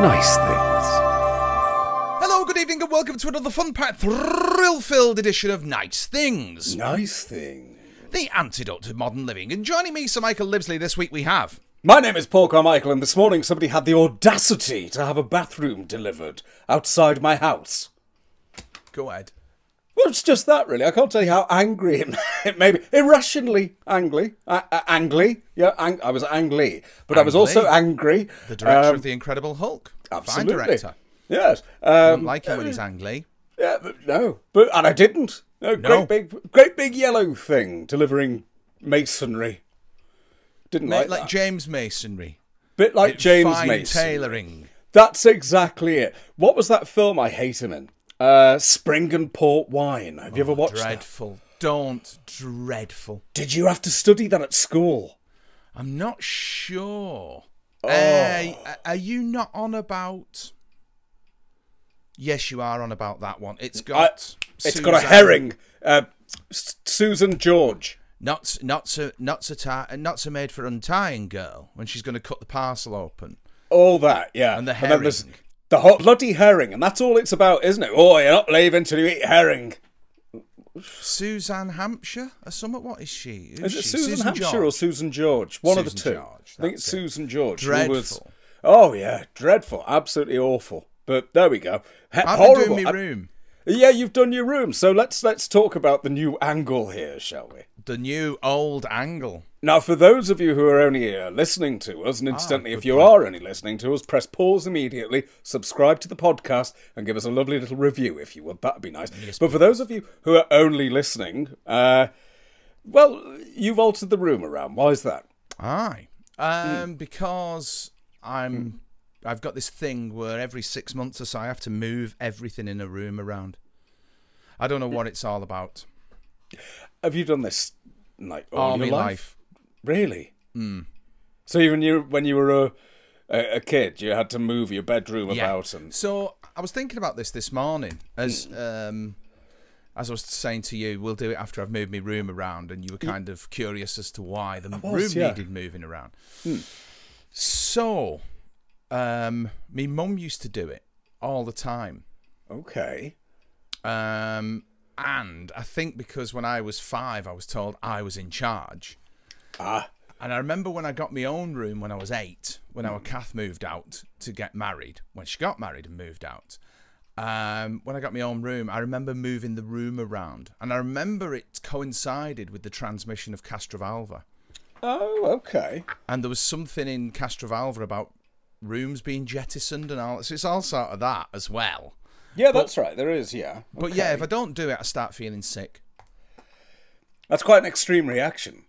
nice things. Hello, good evening, and welcome to another fun-packed, thrill-filled edition of Nice Things, Nice thing. the antidote to modern living. And joining me, Sir Michael Livesley, this week we have. My name is Paul Carmichael, and this morning somebody had the audacity to have a bathroom delivered outside my house. Go ahead. Well, it's just that, really. I can't tell you how angry it, it made me. Irrationally angry. Uh, uh, angry. Yeah, ang- I was angry. But I was Angly? also angry. um, The director of The Incredible Hulk. Absolutely. Fine director. Yes. Don't Um, like him when he's angry. yeah, but no. But, and I didn't. No, No. Great big, great big yellow thing delivering masonry. Didn't Like, like, like that. James Masonry. Bit like James Fine Mason. tailoring. That's exactly it. What was that film I hate him in? Uh, Spring and Port Wine. Have you Oh, ever watched that? Dreadful. Don't. Dreadful. Did you have to study that at school? I'm not sure. Oh. Uh, are you not on about? Yes, you are on about that one. It's got. It's got a Suzanne- herring. Uh, S- Susan George. Not s- not so not so ti- uh, not so made for untying girl when she's going to cut the parcel open. All that, yeah. And the then there's herring. the whole bloody herring, and that's all it's about, isn't it? Oh, you're not leaving till you eat herring. Suzanne Hampshire or something. What is she? Who's Is it she? Susan, Hampshire or Susan George? One of the Susan two. George, I think it's that's it. Susan George. who was- Dreadful. oh yeah, dreadful, absolutely awful. But there we go. He- I've horrible. been doing my I- room. Yeah, you've done your room. So let's let's talk about the new angle here, shall we? The new old angle. Now, for those of you who are only uh, listening to us, and incidentally, if you are only listening to us, press pause immediately, subscribe to the podcast, and give us a lovely little review if you would. That'd be nice. but for those of you who are only listening, uh, well, you've altered the room around. Why is that? Aye. Hmm. Um, because I'm. I've got this thing where every six months or so I have to move everything in a room around. I don't know what it's all about. Have you done this like all Army your life? life. Really? Mm. So even you, when you were a, a, a kid, you had to move your bedroom about Mm. and So I was thinking about this this morning, as um, as I was saying to you, we'll do it after I've moved my room around, and you were kind of curious as to why the was, room Mm. yeah. Mm. needed moving around. So, um, my mum used to do it all the time. okay. Um, and I think because when I was five, I was told I was in charge. Ah. And I remember when I got my own room when I was eight, when our Kath moved out to get married, when she got married and moved out. Um, when I got my own room, I remember moving the room around. And I remember it coincided with the transmission of Castrovalva. Oh, okay. And there was something in Castrovalva about rooms being jettisoned and all. So it's all sort of that as well. Yeah, that's right. There is, yeah. But yeah, if I don't do it, I start feeling sick. that's quite an extreme reaction.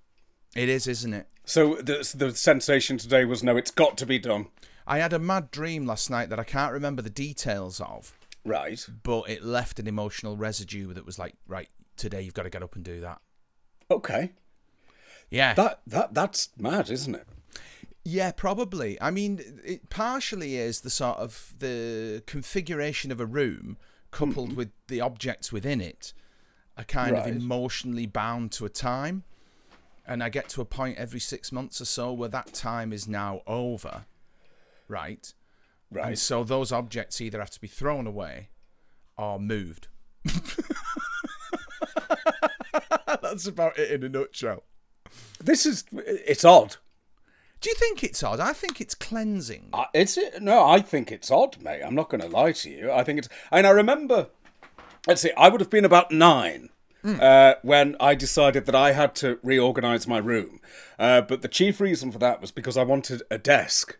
It is, isn't it? So the the sensation today was no, it's got to be done. I had a mad dream last night that I can't remember the details of, Right. but it left an emotional residue that was like, right, today you've got to get up and do that. Okay. Yeah. That that that's mad, isn't it? yeah, probably. I mean, it partially is the sort of the configuration of a room coupled with the objects within it are kind Mm-hmm. Right. of emotionally bound to a time. And I get to a point every six months or so where that time is now over, right? Right. And so those objects either have to be thrown away or moved. That's about it in a nutshell. this is it's odd. Do you think it's odd? I think it's cleansing. Uh, is it? No, I think it's odd, mate. I'm not going to lie to you. I think it's. And I remember, let's see, I would have been about nine uh, when I decided that I had to reorganise my room. Uh, but the chief reason for that was because I wanted a desk.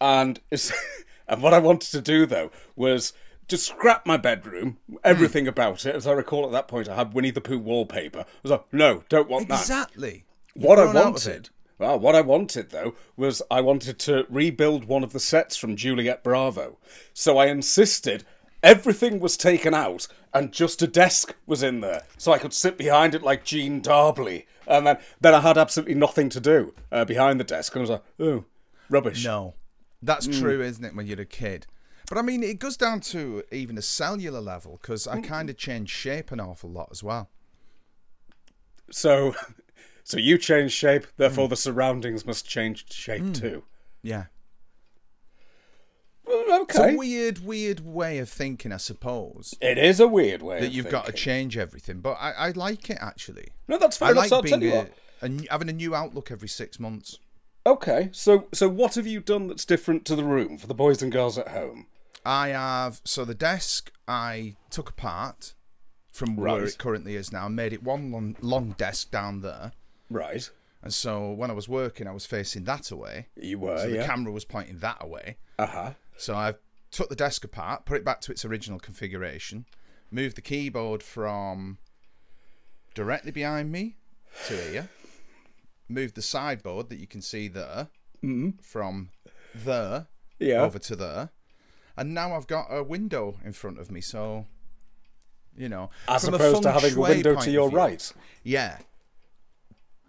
And, it's- and what I wanted to do, though, was just scrap my bedroom, everything about it. As I recall at that point, I had Winnie the Pooh wallpaper. I was like, no, don't want that. Exactly. You've What I grown out of it. wanted, well, what I wanted though was I wanted to rebuild one of the sets from Juliet Bravo. So I insisted everything was taken out and just a desk was in there, so I could sit behind it like Jean Darbley. And then, then I had absolutely nothing to do uh, behind the desk, and I was like, oh, rubbish. No. That's Hmm. true, isn't it, when you're a kid? But I mean, it goes down to even a cellular level because Hmm. I kind of changed shape an awful lot as well. So, so you change shape, Hmm. therefore the surroundings must change shape too. Yeah. Well, Oh, It's okay. a weird, weird way of thinking, I suppose. it is a weird way. That of you've got to thinking. change everything, but I, I like it actually. No, that's fair I enough. like so I'll tell being you a, what. a n- having a new outlook every six months. Okay, so so what have you done that's different to the room for the boys and girls at home? I have so the desk I took apart from where Right. it currently is now, and made it one long, long desk down there. Right, And so when I was working, I was facing that away. you were So the Oh, yeah. camera was pointing that away. uh huh. So I've took the desk apart, put it back to its original configuration, moved the keyboard from directly behind me to here, moved the sideboard that you can see there Mm-hmm. from there Yeah. over to there, and now I've got a window in front of me. So, you know, As from a opposed to feng having a shui window point to of your view- right. yeah.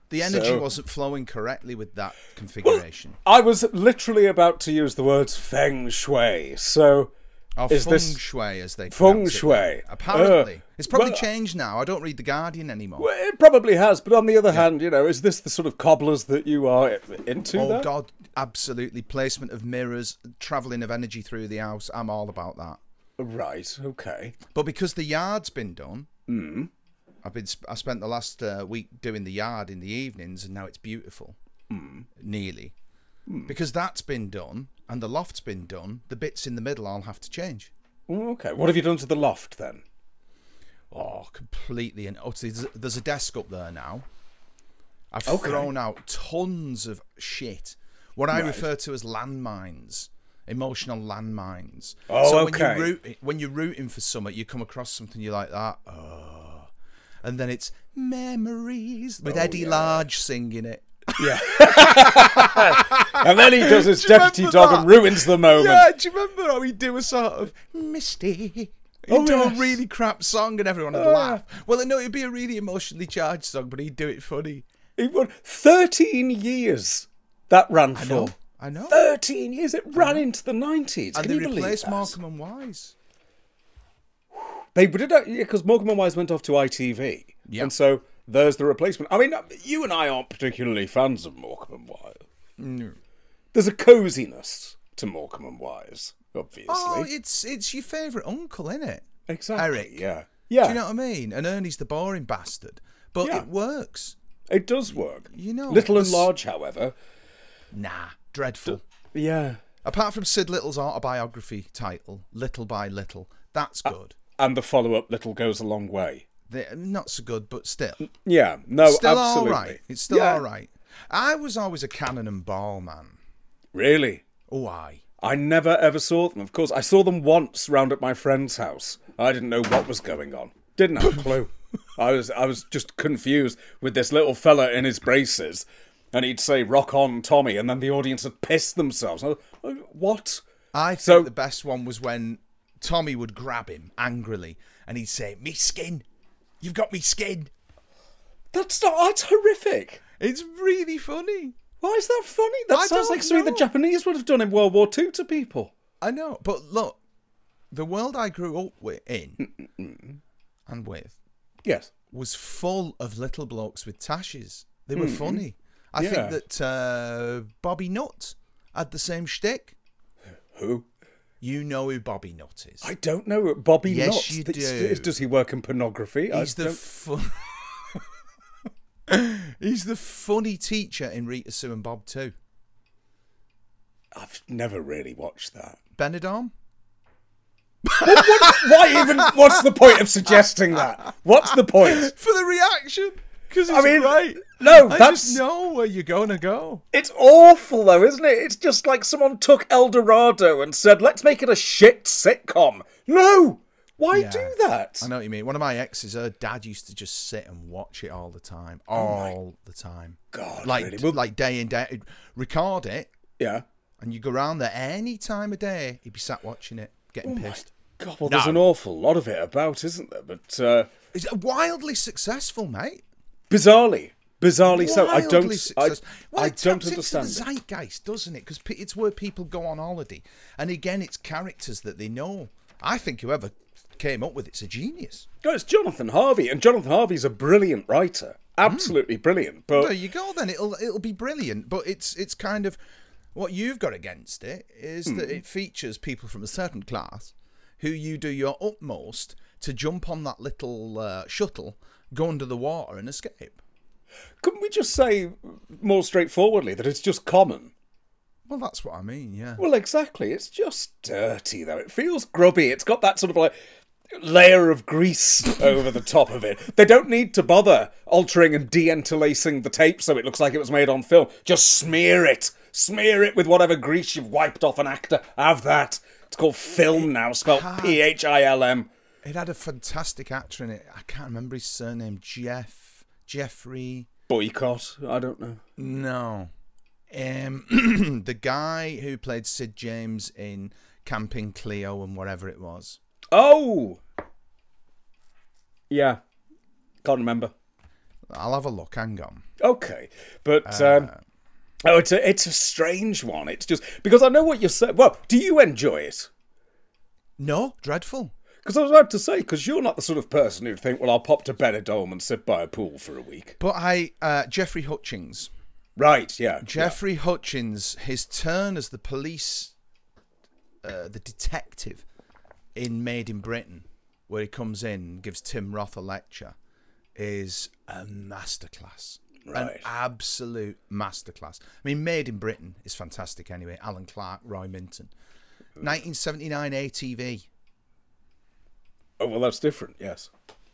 The energy So- wasn't flowing correctly with that configuration. I was literally about to use the words feng shui. So Or is feng this shui, as they feng pronounce it. shui? Apparently, Uh, it's probably well- changed now. I don't read the Guardian anymore. well, it probably has, but on the other hand, you know, is this the sort of cobblers that you are into? oh there? God, absolutely! Placement of mirrors, traveling of energy through the house. I'm all about that. Right. Okay. But because the yard's been done, I've been sp- I spent the last uh, week doing the yard in the evenings, and now it's beautiful, nearly. Because that's been done, and the loft's been done. The bits in the middle, I'll have to change. Mm, Okay. What have you done to the loft then? Oh, completely and utterly. There's, there's a desk up there now. I've Okay. thrown out tons of shit. What I refer to as landmines, emotional landmines. Oh, so okay. When you root, when you're rooting for something, you come across something you like that. Oh, and then it's memories with Eddie Large singing it. Yeah. and then he does his Ah, you deputy remember dog that? and ruins the moment. Yeah, do you remember how he'd do a sort of misty? He'd Oh, do yes. a really crap song and everyone would laugh. Well, no, it'd be a really emotionally charged song, but he'd do it funny. He won 13 years that ran for. No, I know. 13 years. It ran into the 90s. And Can they you believe replaced that? Markham and Wise. They did it because Morgan and Wise went off to ITV. Yeah. And so there's the replacement. I mean, uh, you and I aren't particularly fans of Morgan and Wise. There's a coziness to Morgan and Wise, obviously. Oh, it's it's your favourite uncle, isn't it? exactly. Eric. Yeah. Yeah. Do you know what I mean? And Ernie's the boring bastard, but Yeah. it works. it does work. You know, Little and this- large, however. Nah, dreadful. Yeah. Apart from Sid Little's autobiography title, Little by Little, that's Uh, good. And the follow up, Little Goes a Long Way. They're not so good, but still. Yeah. No, still all absolutely. right. It's still Yeah. all right. I was always a cannon and ball man. Really? Oh, I. I never ever saw them. Of course, I saw them once round at my friend's house. I didn't know what was going on. Didn't have a clue. I was I was just confused with this little fella in his braces, and he'd say "Rock on, Tommy," and then the audience would piss themselves. I was, "Uh, what? I think So- the best one was when Tommy would grab him angrily and he'd say, Me skin. You've got me skin. That's not. That's horrific. It's really funny. Why is that funny? That I sounds don't like something the know. Japanese would have done in World War Two to people. I know. But look, the world I grew up with, in and with Yes. was full of little blokes with tashes. They were funny. I Yeah. think that uh, Bobby Nutt had the same shtick. Who? You know who Bobby Nutt is. I don't know. Bobby Yes, Nutt. you It's- do. it's- Does he work in pornography? I He's the don't- fu- He's the funny teacher in Rita Sue and Bob too. I've never really watched that. Benidorm? Why even? What's the point of suggesting that? What's the point? For the reaction. Because it's I mean, great. Oh, no, I that's- just know where you're gonna go. It's awful, though, isn't it? It's just like someone took El Dorado and said, "Let's make it a shit sitcom." No, why do that? I know what you mean. One of my exes, her dad used to just sit and watch it all the time. All the time. Oh God, Like really? Well- like day in, day out. record it Yeah. and you go around there any time of day, he'd be sat watching it, getting Oh pissed. God, well, there's No. an awful lot of it about, isn't there? But uh, It's wildly successful, mate. bizarrely, bizarrely, so I Wildly don't, I, success- well, I it don't taps understand. Into it. the zeitgeist, doesn't it? Because it's where people go on holiday, and again, it's characters that they know. I think whoever came up with it's a genius. No, it's Jonathan Harvey, and Jonathan Harvey's a brilliant Hmm. writer, absolutely brilliant. But There you go. Then it'll it'll be brilliant, but it's it's kind of What you've got against it is that Hmm. it features people from a certain class who you do your utmost to jump on that little uh, shuttle, go under the water, and escape. Couldn't we just say more straightforwardly that it's just common? Well, that's what I mean, yeah. Well, exactly. It's just dirty, though. It feels grubby. It's got that sort of like layer of grease over the top of it. They don't need to bother altering and de interlacing the tape so it looks like it was made on film. Just smear it. Smear it with whatever grease you've wiped off an actor. Have that. It's called film now, spelled P H I L M. It had a fantastic actor in it. I can't remember his surname. Jeff. Jeffrey. Boycott. I don't know. No. Um, the guy who played Sid James in Camping Cleo and whatever it was. Oh! Yeah. Can't remember. I'll have a look. Hang on. Okay, but Uh, um, oh, it's a it's a strange one. It's just because I know what you're saying. Well, do you enjoy it? No, dreadful. Because I was about to say, because you're not the sort of person who'd think, well, I'll pop to Benidorm and sit by a pool for a week. But I, uh, Jeffrey Hutchings. Right? Yeah. Jeffrey Hutchins, his turn as the police, uh, the detective in Made in Britain, where he comes in, gives Tim Roth a lecture, is a masterclass. An Right. absolute masterclass. I mean, Made in Britain is fantastic anyway. Alan Clark, Roy Minton. Mm. 1979 ATV. Oh well, that's different. Yes.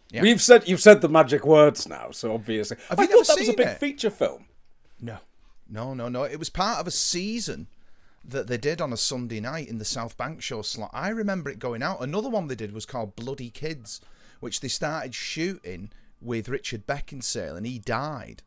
Yeah. You've said you've said the magic words now, so obviously. Have I you thought never that was a seen big it? feature film. No, no, no, no. It was part of a season that they did on a Sunday night in the South Bank show slot. I remember it going out. Another one they did was called Bloody Kids, which they started shooting with Richard Beckinsale, and he died.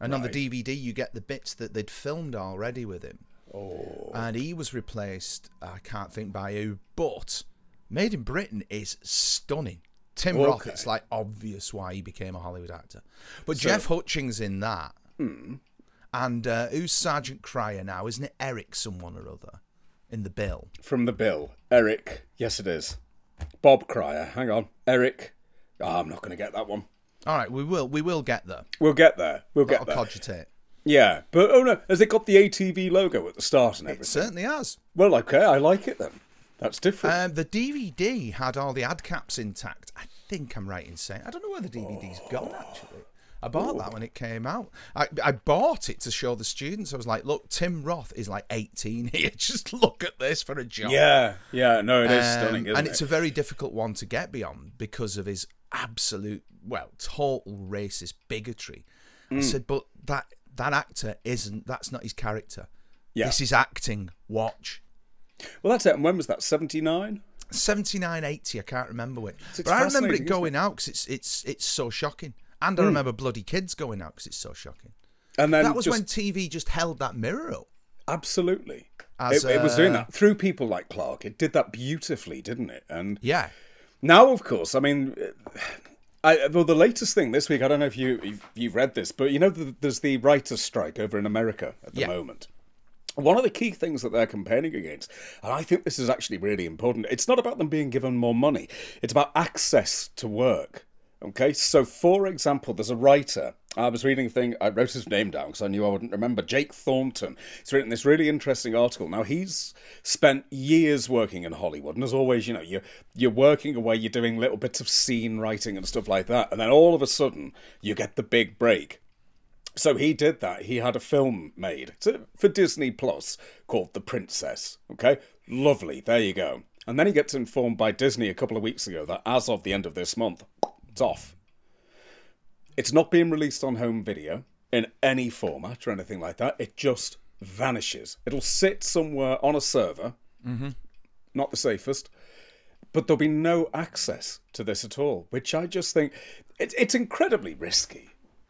And on the DVD, you get the bits that they'd filmed already with him. Oh. And he was replaced, I can't think by who, but Made in Britain is stunning. Tim Roth, Okay. it's like obvious why he became a Hollywood actor. But Jeff Hutchings in that. Hmm. And uh, who's Sergeant Cryer now? Isn't it Eric someone or other in the bill? From the bill, Eric. Yes, it is. Bob Cryer. Hang on, Eric. Ah, I'm not going to get that one. All right, we will we will get there. We'll get there. We'll I'll get there. cogitate. Yeah, but oh no, has it got the ATV logo at the start and It everything? certainly has. Well, okay, I like it then. That's different. Um, the DVD had all the ad caps intact. I think I'm right in saying. I don't know where the DVD's gone actually. I bought that when it came out. I, I bought it to show the students. I was like, look, Tim Roth is like 18 here. Just look at this for a job. yeah, yeah, no, it is Um, stunning, isn't and it's it? a very difficult one to get beyond because of his absolute, well, total racist bigotry. Mm. I said, but that that actor isn't. That's not his character. Yeah. This is acting. Watch. well, that's it. And when was that? Seventy nine. 79, 80, I can't remember which. it's But I remember it fascinating, isn't Hmm. going out because it's, it's, it's so shocking. And I remember Bloody Kids going out because it's so shocking. And then that was just, when TV just held that mirror up. absolutely. As, it, it was doing uh, that through people like Clark. It did that beautifully, didn't it? And Yeah. Now, of course, I mean, I, well, the latest thing this week, I don't know if you if you've read this, but you know, th there's the writers' strike over in America at the Yeah. moment. One of the key things that they're campaigning against, and I think this is actually really important, it's not about them being given more money. It's about access to work. Okay, so for example, there's a writer. I was reading a thing, I wrote his name down because I knew I wouldn't remember. Jake Thornton. He's written this really interesting article. Now, he's spent years working in Hollywood, and as always, you know, you're, you're working away, you're doing little bits of scene writing and stuff like that, and then all of a sudden, you get the big break. So he did that. He had a film made to, for Disney Plus called The Princess. Okay, lovely. There you go. And then he gets informed by Disney a couple of weeks ago that as of the end of this month, it's off. It's not being released on home video in any format or anything like that. It just vanishes. It'll sit somewhere on a server. Not the safest but there'll be no access to this at all, which I just think it, it's incredibly risky,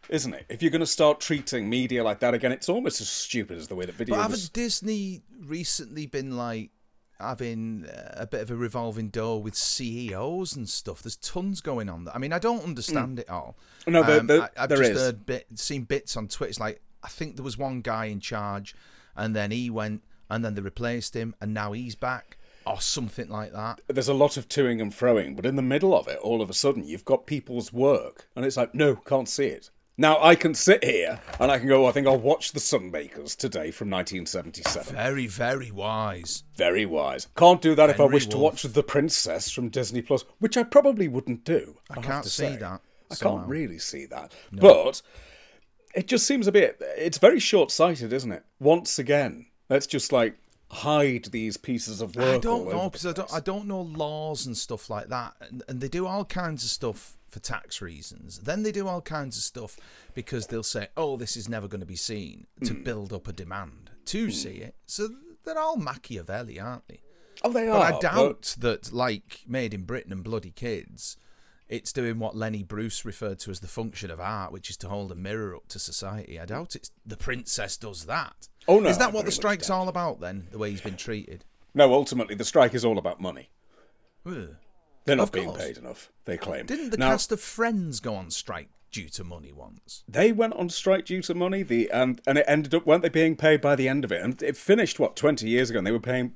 isn't it? If you're going to start treating media like that again, it's almost as stupid as the way that video But was. haven't Disney recently been like having uh, a bit of a revolving door with CEOs and stuff? There's tons going on. there. I mean, I don't understand it all. Mm. Um, No, there- there- I, I've there just is. heard bit, seen bits on Twitter. It's like I think there was one guy in charge, and then he went, and then they replaced him, and now he's back, or something like that. There's a lot of toing and froing, but in the middle of it, all of a sudden, you've got people's work, and it's like, no, can't see it. Now I can sit here and I can go, "Oh, I think I'll watch The Sunbakers today from 1977. Very, very wise. Very wise. Can't do that if I Henry wish to Wolff. watch The Princess from Disney Plus, which I probably wouldn't do. I, have can't to see say. that I somehow. can't really see that. But it just seems a bit, it's very short sighted, isn't it? Once again, let's just like hide these pieces of work. I don't all know over because I don't, I don't know laws and stuff like that, and, and they do all kinds of stuff for tax reasons. Then they do all kinds of stuff because they'll say, "Oh, this is never going to be seen," to Hmm. build up a demand to see it. So they're all Machiavelli, aren't they? Oh, they are. But I but- doubt that, like Made in Britain and Bloody Kids, it's doing what Lenny Bruce referred to as the function of art, which is to hold a mirror up to society. I doubt it's the princess does that. Oh, no, is I that what very the much strike's all about then? The way he's been treated. No, ultimately, the strike is all about money. Ugh. They're not Of being course. paid enough, they claim. Didn't the now, cast of Friends go on strike due to money once? They went on strike due to money, the and, and it ended up, weren't they being paid by the end of it? And it finished, what, 20 years ago, and they were paying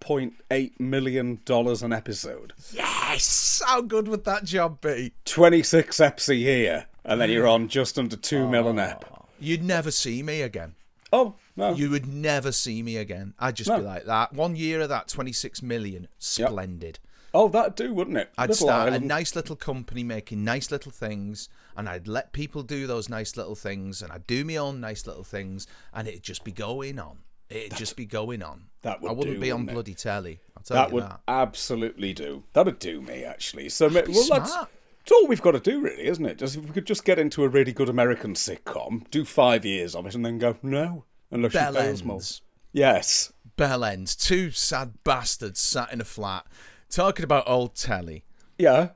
$1.8 million an episode. Yes. How good would that job be? 26 EPs a year, and then you're on just under 2 mil an ep. You'd never see me again. Oh, no. You would never see me again. I'd just be like that. One year of that, twenty-six million, splendid. oh, that'd do, wouldn't it? I'd Little start a island. nice little company making nice little things, and I'd let people do those nice little things, and I'd do my own nice little things, and it'd just be going on. It'd just be going on. that would I wouldn't do, be on wouldn't it? bloody telly. I'll tell That you would that. absolutely do. That'd do me actually. So ma- well, that's smart. it's all we've got to do, really, isn't it? Just if we could just get into a really good American sitcom, do five years of it, and then go no, unless she Bell fails more. ends. Yes, Bell ends. Two sad bastards sat in a flat talking about old telly. yeah.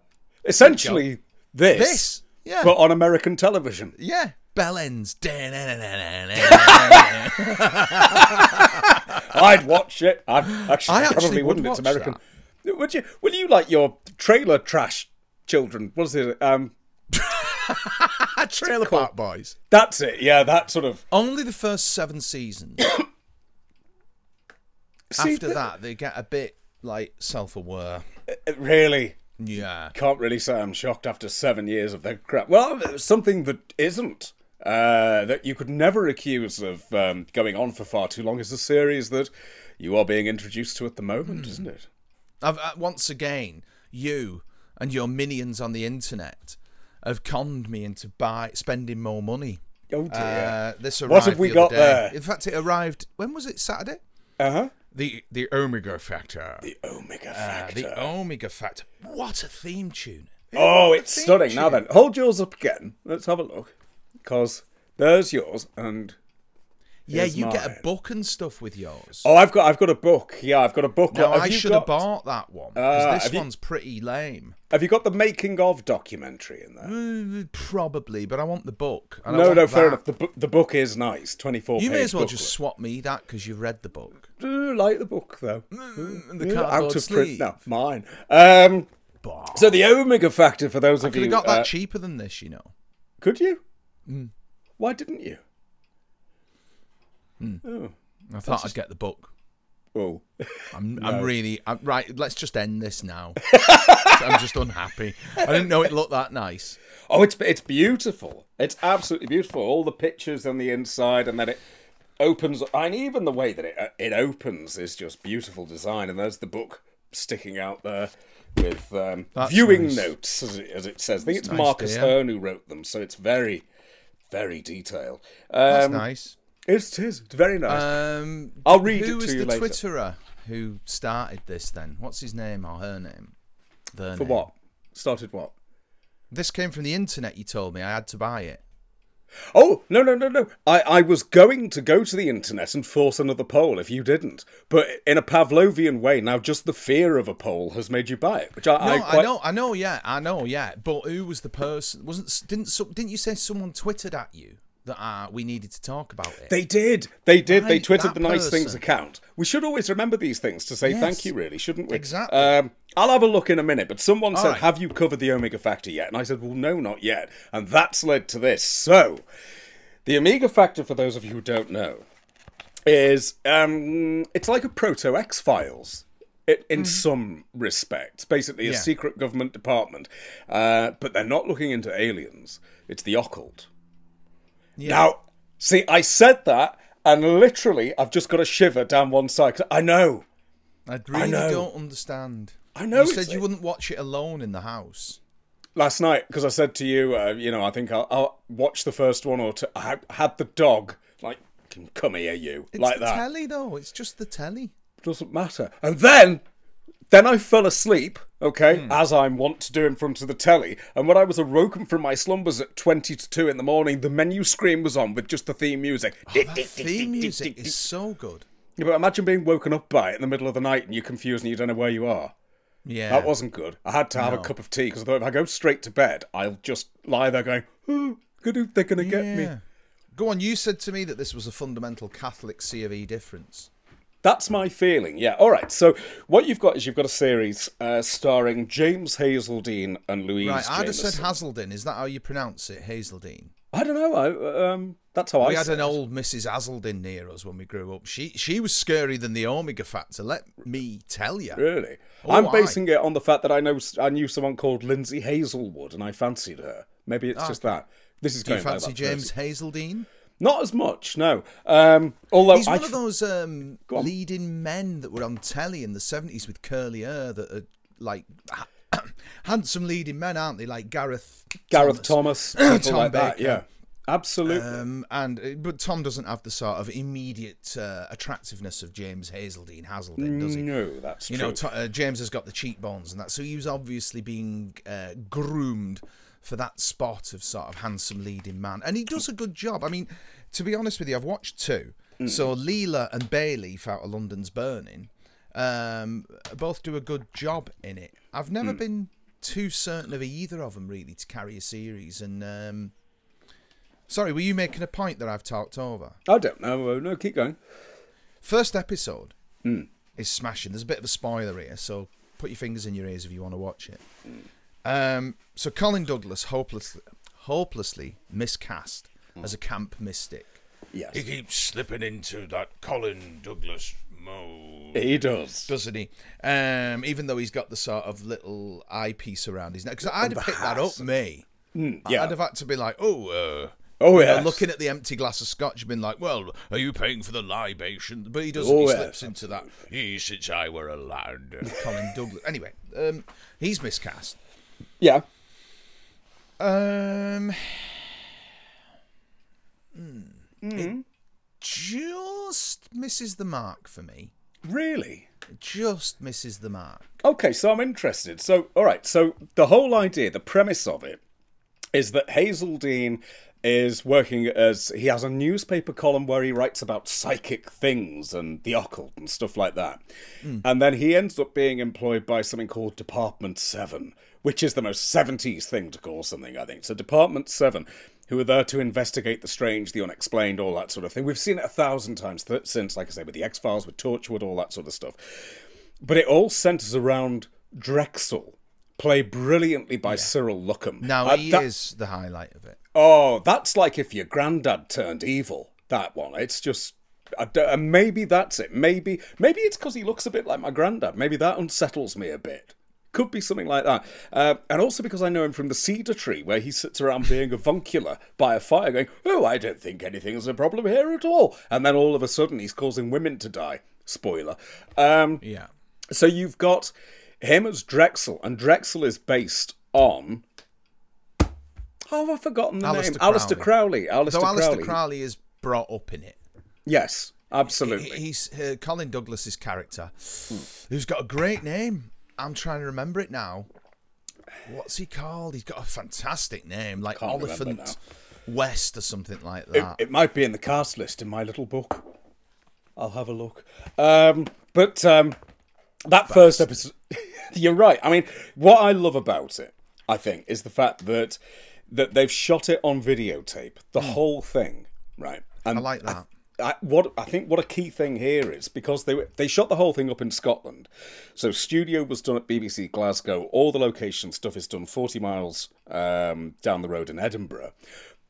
Essentially, this, This, yeah, but on American television. yeah. Bell ends. I'd watch it. I'd actually, I actually probably would wouldn't. It's watch American. Would you? Will you like your trailer trash children? What is it? Um, Trailer Park Boys. that's it. Yeah, that sort of. Only the first seven seasons. See, After that, they get a bit like self-aware. th- really. Yeah. can't really say I'm shocked after seven years of that crap. Well, it's something that isn't. Uh, that you could never accuse of um, going on for far too long is the series that you are being introduced to at the moment, Mm-hmm. isn't it? I've, uh, once again, you and your minions on the internet have conned me into buy spending more money. Oh dear. Uh, this arrived What have we the other got day. there? In fact, it arrived. When was it? Saturday. Uh huh. The the Omega Factor. The Omega Uh, Factor. the Omega Factor. What a theme tune! oh, it's theme stunning. Now tune. then, hold yours up again. Let's have a look, because there's yours, and Yeah, Here's you get a mine. book and stuff with yours. oh, I've got, I've got a book. Yeah, I've got a book. now, Oh, Have I you should have got- bought that one because Ah, this have you- one's pretty lame. Have you got the making of documentary in there? Uh, Probably, but I want the book. and I No, want no, fair that. enough. The, bu- the book is nice. 24 You may page as well booklet. just swap me that because you've read the book. Uh, like the book, though. And the Yeah, cardboard Hmm? out of print sleeve. now. Mine. Um, Bah. so, the Omega Factor, for those of Could you. have got that Hmm. uh, cheaper than this, you know. could you? Why didn't you? I thought I'd get the book. Oh. I'm, I'm really I'm, right. Let's just end this now. I'm just unhappy. I didn't know it looked that nice. oh, it's it's beautiful. It's absolutely beautiful. All the pictures on the inside, and then it opens. And even the way that it uh, it opens is just beautiful design. And there's the book sticking out there with um, That's viewing nice. notes, as it, as it says. I think it's nice, Marcus dear. Hearn who wrote them, so it's very, very detailed. That's Um, nice. It's, it is. It's very nice. Um, I'll read who it to was you the later. Twitterer who started this? Then what's his name or her name? Their For what? Started what? This came from the internet. You told me I had to buy it. Oh no no no no! I, I was going to go to the internet and force another poll if you didn't, but in a Pavlovian way, now just the fear of a poll has made you buy it, which I, No, I I, quite know, I know, yeah, I know, yeah. But who was the person? Wasn't didn't so, didn't you say someone twittered at you that uh, we needed to talk about it? they did they did they Right, tweeted that the nice things person. account. We should always remember these things to say thank Yes. you, really, shouldn't we? Exactly. Um, I'll have a look in a minute, but someone said, right. "Have you covered the Omega Factor yet?" And I said, "Well, no, not yet," and that's led to this. So, the Omega Factor, for those of you who don't know, is um, it's like a proto X Files in some respects. Basically, a Mm-hmm. Yeah. secret government department, uh, but they're not looking into aliens. It's the occult. Now, see, I said that, and literally, I've just got a shiver down one side. 'cause I know. I really know. don't understand. I know, You it's said you like- wouldn't watch it alone in the house. last night because I said to you, uh, you know, I think I'll, I'll watch the first one or two. I ha- had the dog like, "Come- come here, you, It's like the that. telly, though. It's just the telly. Doesn't matter. And then, then I fell asleep. Okay, Hmm. as I'm wont to do in front of the telly. And when I was awoken from my slumbers at twenty to two in the morning, the menu screen was on with just the theme music. Oh, That theme music is so good. Yeah, but imagine being woken up by it in the middle of the night and you're confused and you don't know where you are. Yeah. That wasn't good. I had to have a cup of tea because I thought if I go straight to bed, I'll just lie there going, oh, good, they're going to get me. Yeah. Go on. You said to me that this was a fundamental Catholic C of E difference. That's my feeling. Yeah. All right. So what you've got is you've got a series uh, starring James Hazeldine and Louise. Right, I'd have said Jameson. Hazeldine. Is that how you pronounce it, Hazeldine? I don't know. I, um, that's how We I. had Said. an old Mrs. Hazeldine near us when we grew up. She she was scarier than the Omega Factor. Let me tell you. Really. Oh, I'm aye. basing it on the fact that I know I knew someone called Lindsay Hazelwood and I fancied her. Maybe it's just that. This is Ah. Do you going back fancy about James 30. Hazeldine? Not as much. No. Um, although He's I one of those um, on. leading men that were on telly in the seventies with curly hair that are like handsome leading men, aren't they? Like Gareth, Gareth Thomas, people Tom like that. Baker. Yeah. Absolutely. Um, and but Tom doesn't have the sort of immediate uh, attractiveness of James Hazeldine. Hazeldine does he? no, that's You true. know, t- uh, James has got the cheekbones and that, so he was obviously being uh, groomed for that spot of sort of handsome leading man, and he does a good job. I mean, to be honest with you, I've watched two. Mm. So Leela and Bayleaf out of London's Burning um, both do a good job in it. I've Mm. never been too certain of either of them really to carry a series. And um, sorry, were you making a point that I've talked over? I don't know. Uh, No, keep going. First episode is smashing. There's a bit of a spoiler here, so put your fingers in your ears if you want to watch it. Um, so Colin Douglas hopelessly, hopelessly miscast as a camp mystic. Yes. He keeps slipping into that Colin Douglas mode. He does. Doesn't he? Um, even though he's got the sort of little eyepiece around his neck, because I'd have picked that up, me. yeah. I'd have had to be like, oh, uh, Oh you know, yeah. looking at the empty glass of scotch, been like, well, Are you paying for the libation? but he doesn't. Oh, he yeah. slips into that He since I were a lad. Colin Douglas. Anyway, um, he's miscast. yeah. Um, hmm. It just misses the mark for me. Really. It just misses the mark. Okay, so I'm interested. So, all right, so the whole idea, the premise of it, is that Hazeldine is working as he has a newspaper column where he writes about psychic things and the occult and stuff like that. Hmm. And then he ends up being employed by something called Department 7, which is the most 70s thing to call something, I think. So, Department 7, who are there to investigate the strange, the unexplained, all that sort of thing. We've seen it a thousand times th- since, like I say, with the X Files, with Torchwood, all that sort of stuff but it all centres around Drexel, played brilliantly by Cyril Luckham. Now Uh, he that- is the highlight of it. Oh, that's like if your granddad turned evil. That one. It's just. I don't- and maybe that's it. Maybe maybe it's because he looks a bit like my granddad. Maybe that unsettles me a bit. Could be something like that. Uh, and also because I know him from the cedar tree, where he sits around being avuncular by a fire, going, "Oh, I don't think anything's a problem here at all." And then all of a sudden, he's causing women to die. Spoiler. Um, Yeah. so you've got him as Drexel, and Drexel is based on. Oh, I've forgotten the Aleister name. Alistair Crowley. Alistair Though Alistair Crowley. Crowley. is brought up in it. Yes, absolutely. Hmm. He- He's uh, Colin Douglas's character, who's got a great name. I'm trying to remember it now. What's he called? He's got a fantastic name, like Can't remember Oliphant West or something like It- that. It, might be in the cast list in my little book. I'll have a look. Um, but um, that first episode, you're right. I mean, what I love about it, I think, is the fact that that they've shot it on videotape, the whole thing, right? And Hmm. I like that. I, what I think what a key thing here is because they were- they shot the whole thing up in Scotland, so studio was done at BBC Glasgow. All the location stuff is done forty miles um, down the road in Edinburgh,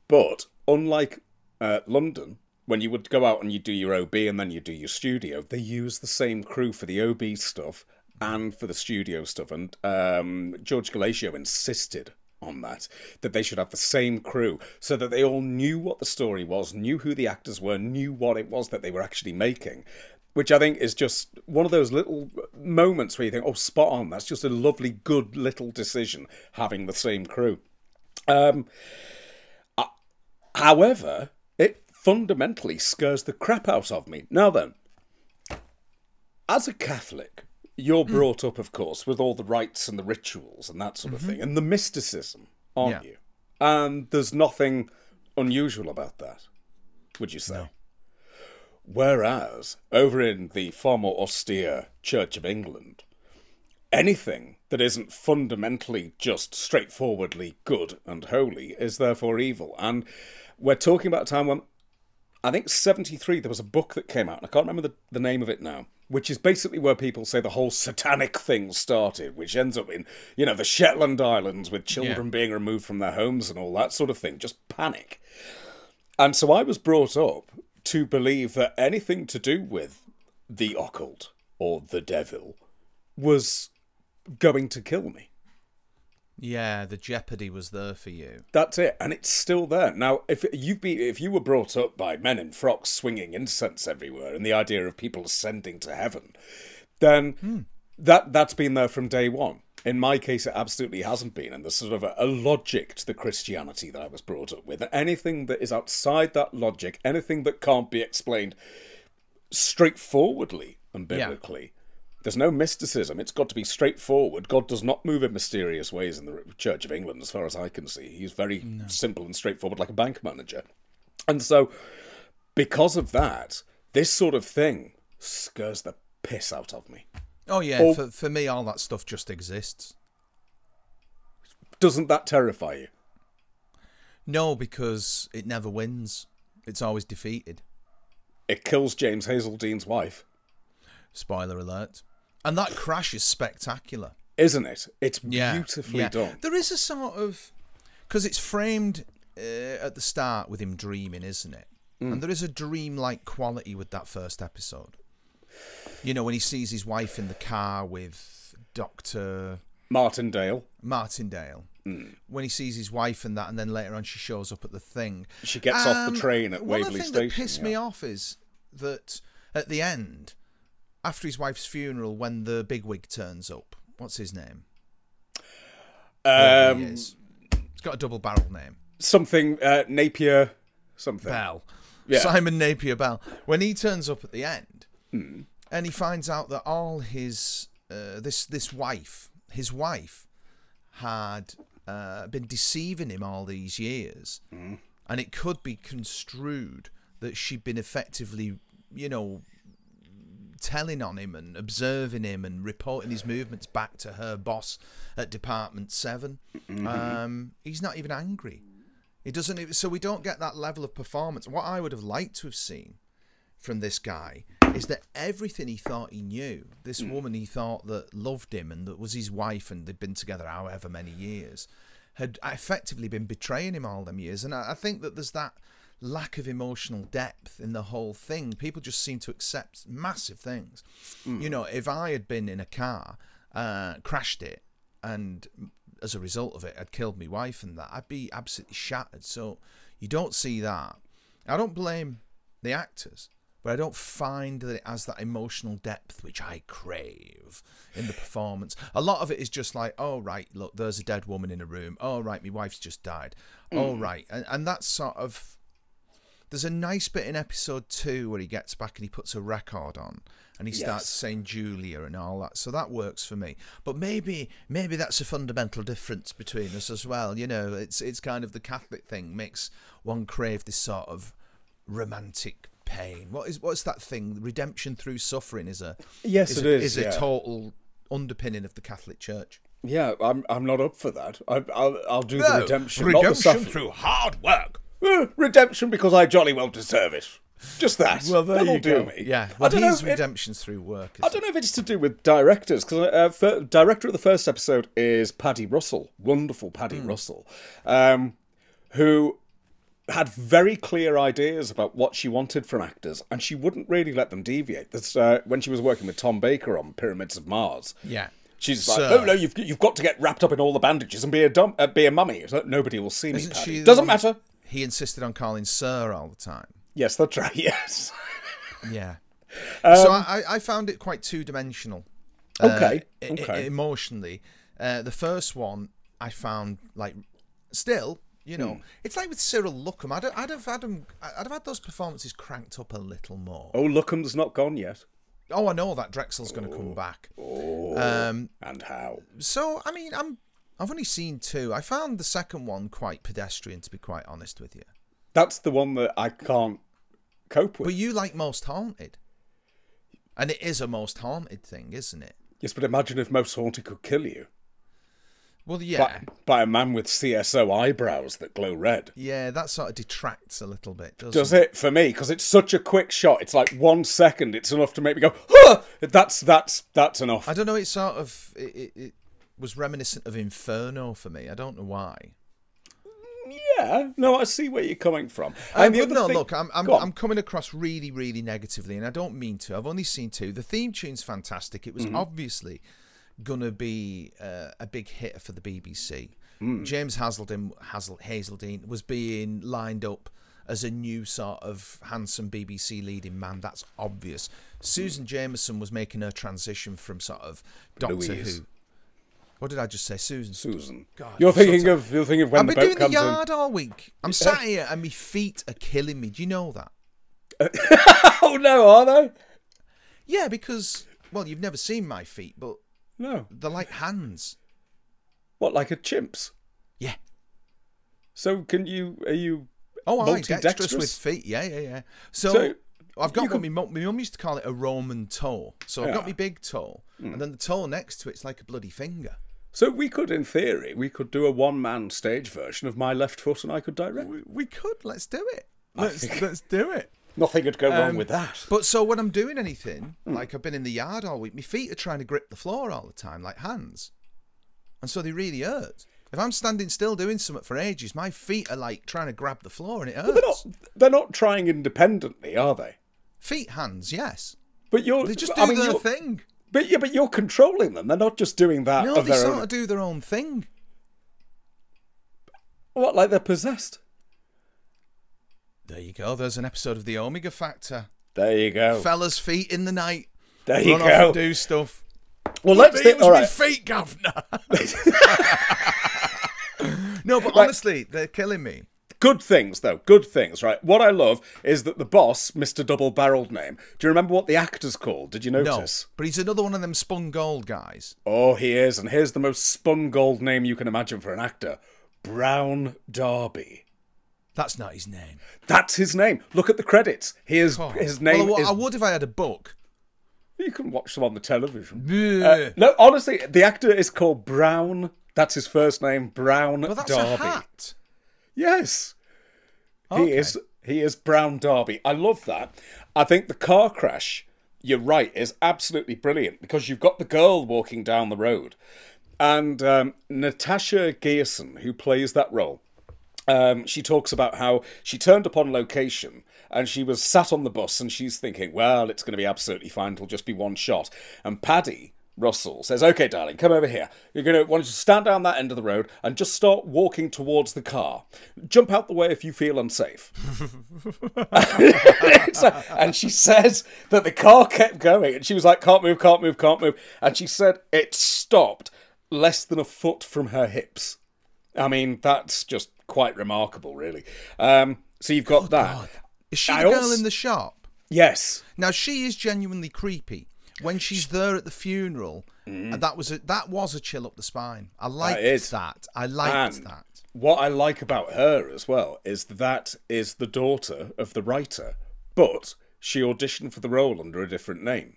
but unlike uh, London, when you would go out and you do your OB and then you do your studio, they use the same crew for the OB stuff and for the studio stuff. And um, George Galatio insisted on that that they should have the same crew so that they all knew what the story was, knew who the actors were, knew what it was that they were actually making. Which I think is just one of those little moments where you think, oh, spot on, that's just a lovely, good little decision having the same crew. Um, I- however, it fundamentally scares the crap out of me. Now then, as a Catholic, you're brought up, of course, with all the rites and the rituals and that sort of thing, and the mysticism, aren't Yeah. you? And there's nothing unusual about that, would you say? Whereas, over in the far more austere Church of England, anything that isn't fundamentally just straightforwardly good and holy is therefore evil. And we're talking about a time when I think 73, there was a book that came out, and I can't remember the, the name of it now, which is basically where people say the whole satanic thing started, which ends up in, you know, the Shetland Islands with children being removed from their homes and all that sort of thing. Just panic. And so I was brought up to believe that anything to do with the occult or the devil was going to kill me. Yeah, the jeopardy was there for you. That's it, and it's still there now. If you be if you were brought up by men in frocks swinging incense everywhere, and the idea of people ascending to heaven, then that that's been there from day one. In my case, it absolutely hasn't been, and there's sort of a, a logic to the Christianity that I was brought up with. Anything that is outside that logic, anything that can't be explained straightforwardly and Yeah. biblically. There's no mysticism. It's got to be straightforward. God does not move in mysterious ways in the Church of England, as far as I can see. He's very simple and straightforward, like a bank manager. And so, because of that, this sort of thing scares the piss out of me. Oh yeah, Oh. for for me, all that stuff just exists. Doesn't that terrify you? No, because it never wins. It's always defeated. It kills James Hazeldean's wife, Spoiler alert. And that crash is spectacular. isn't it? It's Yeah, beautifully yeah. done. There is a sort of because it's framed uh, at the start with him dreaming, isn't it? Mm. And there is a dreamlike quality with that first episode. You know, when he sees his wife in the car with Doctor Martindale. Martindale. Mm. When he sees his wife and that, and then later on she shows up at the thing. She gets off Um, the train at one of Waverley the thing Station. that pissed yeah. me off is that at the end, after his wife's funeral, when the bigwig turns up, what's his name? Whoever he Um, is. It's got a double barrel name. something uh, Napier. Something. Bell. Yeah. Simon Napier Bell. When he turns up at the end, and he finds out that all his uh, this this wife, his wife, had uh, been deceiving him all these years, and it could be construed that she'd been effectively, you know, telling on him and observing him and reporting his movements back to her boss at Department 7 Um, he's not even angry. He doesn't. Even, so we don't get that level of performance. What I would have liked to have seen from this guy is that everything he thought he knew, this woman he thought that loved him and that was his wife and they'd been together however many years, had effectively been betraying him all them years. And I, I think that there's that lack of emotional depth in the whole thing. People just seem to accept massive things. You know, if I had been in a car, uh, crashed it, and as a result of it, had killed my wife and that, I'd be absolutely shattered. So you don't see that. I don't blame the actors, but I don't find that it has that emotional depth which I crave in the performance. A lot of it is just like, oh right, look, there's a dead woman in a room. Oh right, my wife's just died. Oh right, and and that's sort of. There's a nice bit in episode two where he gets back and he puts a record on and he starts saying Julia and all that. So that works for me. But maybe maybe that's a fundamental difference between us as well. You know, it's it's kind of the Catholic thing makes one crave this sort of romantic pain. What is what's that thing? Redemption through suffering is a Yes, is it a, is, a yeah. total underpinning of the Catholic Church. Yeah, I'm I'm not up for that. I, I'll I'll do No, the redemption, not the Redemption suffering. through hard work. Eh, redemption because I jolly well deserve it. Just that. That'll do me. Yeah, I well, don't know. his if it- redemption's through work. I don't know if it's to do with directors because uh, fir- director of the first episode is Paddy Russell, wonderful Paddy Hmm. Russell, um, who had very clear ideas about what she wanted from actors, and she wouldn't really let them deviate. That's uh, when she was working with Tom Baker on Pyramids of Mars. Yeah. She's like, Sir. "Oh no, you've you've got to get wrapped up in all the bandages and be a dump, uh, be a mummy. It's like, Nobody will see me. Isn't Paddy." she the Doesn't one- matter. He insisted on calling Sir all the time. Yes, that's right. Yes. Yeah. so I, I- I found it quite two dimensional. Um, Okay, e- okay. e- emotionally, uh, the first one I found like still, you Hmm. know, it's like with Cyril Luckham. I'd, I'd have had him. I'd have had those performances cranked up a little more. oh, Lookham's not gone yet. Oh, I know that Drexel's going to Oh. come back. And how? So I mean, I'm. I've only seen two. I found the second one quite pedestrian, to be quite honest with you. That's the one that I can't cope with. But you like Most Haunted, and it is a Most Haunted thing, isn't it? yes, but imagine if Most Haunted could kill you Well, yeah. by, by a man with CSO eyebrows that glow red. Yeah, that sort of detracts a little bit, doesn't Does it for me? Because it's such a quick shot. It's like one second. It's enough to make me go. Huh! That's that's that's enough. I don't know. It sort of it, it, it was reminiscent of Inferno for me. I don't know why. yeah. No, I see where you're coming from. I And the would other no, thing- look, I'm I'm, Go on. I'm coming across really really negatively, and I don't mean to. I've only seen two. The theme tune's fantastic. It was Mm-hmm. obviously gonna be uh, a big hit for the BBC. Mm. James Hazeldine, Hazel, Hazeldine was being lined up as a new sort of handsome BBC leading man. That's obvious. Mm. Susan Jameson was making her transition from sort of Doctor Louise. Who. What did I just say, Susan? Susan. God, you're I'm so thinking tired. of you're thinking of when I've the been boat doing the comes in. yard all week. I'm sat here and my feet are killing me. Do you know that? Oh no, are they? Yeah, because well, you've never seen my feet, but No. they're like hands. What like a chimp's? Yeah. So can you? Are you? Oh, I'm Multidextrous? dexterous with feet. Yeah, yeah, yeah. So, So, I've got you what my mum, my mum used to call it a Roman toe. So I've got Yeah. my big toe, and then the toe next to it's like a bloody finger. So we could, in theory, we could do a one-man stage version of My Left Foot, and I could direct. We, we could. Let's do it. Let's let's do it. Nothing could go wrong with that. But so when I'm doing anything, like I've been in the yard all week, my feet are trying to grip the floor all the time, like hands. And so they really hurt. If I'm standing still doing something for ages, my feet are like trying to grab the floor and it hurts. They're not. They're not trying independently, are they? Feet, hands, yes. But you're. They just do I mean, their you're- thing. But yeah, but you're controlling them. They're not just doing that No, of they their sort own. of do their own thing. What, like they're possessed? There you go. There's an episode of The Omega Factor. There you go. Fellas' feet in the night. Oh. there you run off go. and do stuff. Well, let's It think. was All my right. feet, governor. no, but honestly, they're killing me. Good things, though. Good things, right? What I love is that the boss, Mr. Double Barreled Name. Do you remember what the actor's called? Did you No, notice? but he's another one of them spun gold guys. Oh, he is. And here's the most spun gold name you can imagine for an actor Brown Darby. That's not his name. That's his name. Look at the credits. He is, Oh. His name Well, I, is. I would if I had a book. You can watch them on the television. Uh, Bleh. No, honestly, the actor is called Brown. That's his first name, Brown but that's Darby. a hat. Yes. He Okay. is he is Brown Derby. I love that. I think the car crash, you're right, is absolutely brilliant because you've got the girl walking down the road. And um, Natasha Gearson, who plays that role, um, she talks about how she turned up on location and she was sat on the bus and she's thinking, well, it's going to be absolutely fine. It'll just be one shot. And Paddy Russell says, okay, darling, come over here. You're going to want you to stand down that end of the road and just start walking towards the car. Jump out the way if you feel unsafe. So- and she says that the car kept going and she was like, can't move, can't move, can't move. And she said it stopped less than a foot from her hips. I mean, that's just quite remarkable, really. Um, so you've got that. Is she I the girl also- in the shop? Yes. Now she is genuinely creepy. When she's there at the funeral, and that was a that was a chill up the spine. I liked Mm. is. that. I liked And that. What I like about her as well is that is the daughter of the writer, but she auditioned for the role under a different name.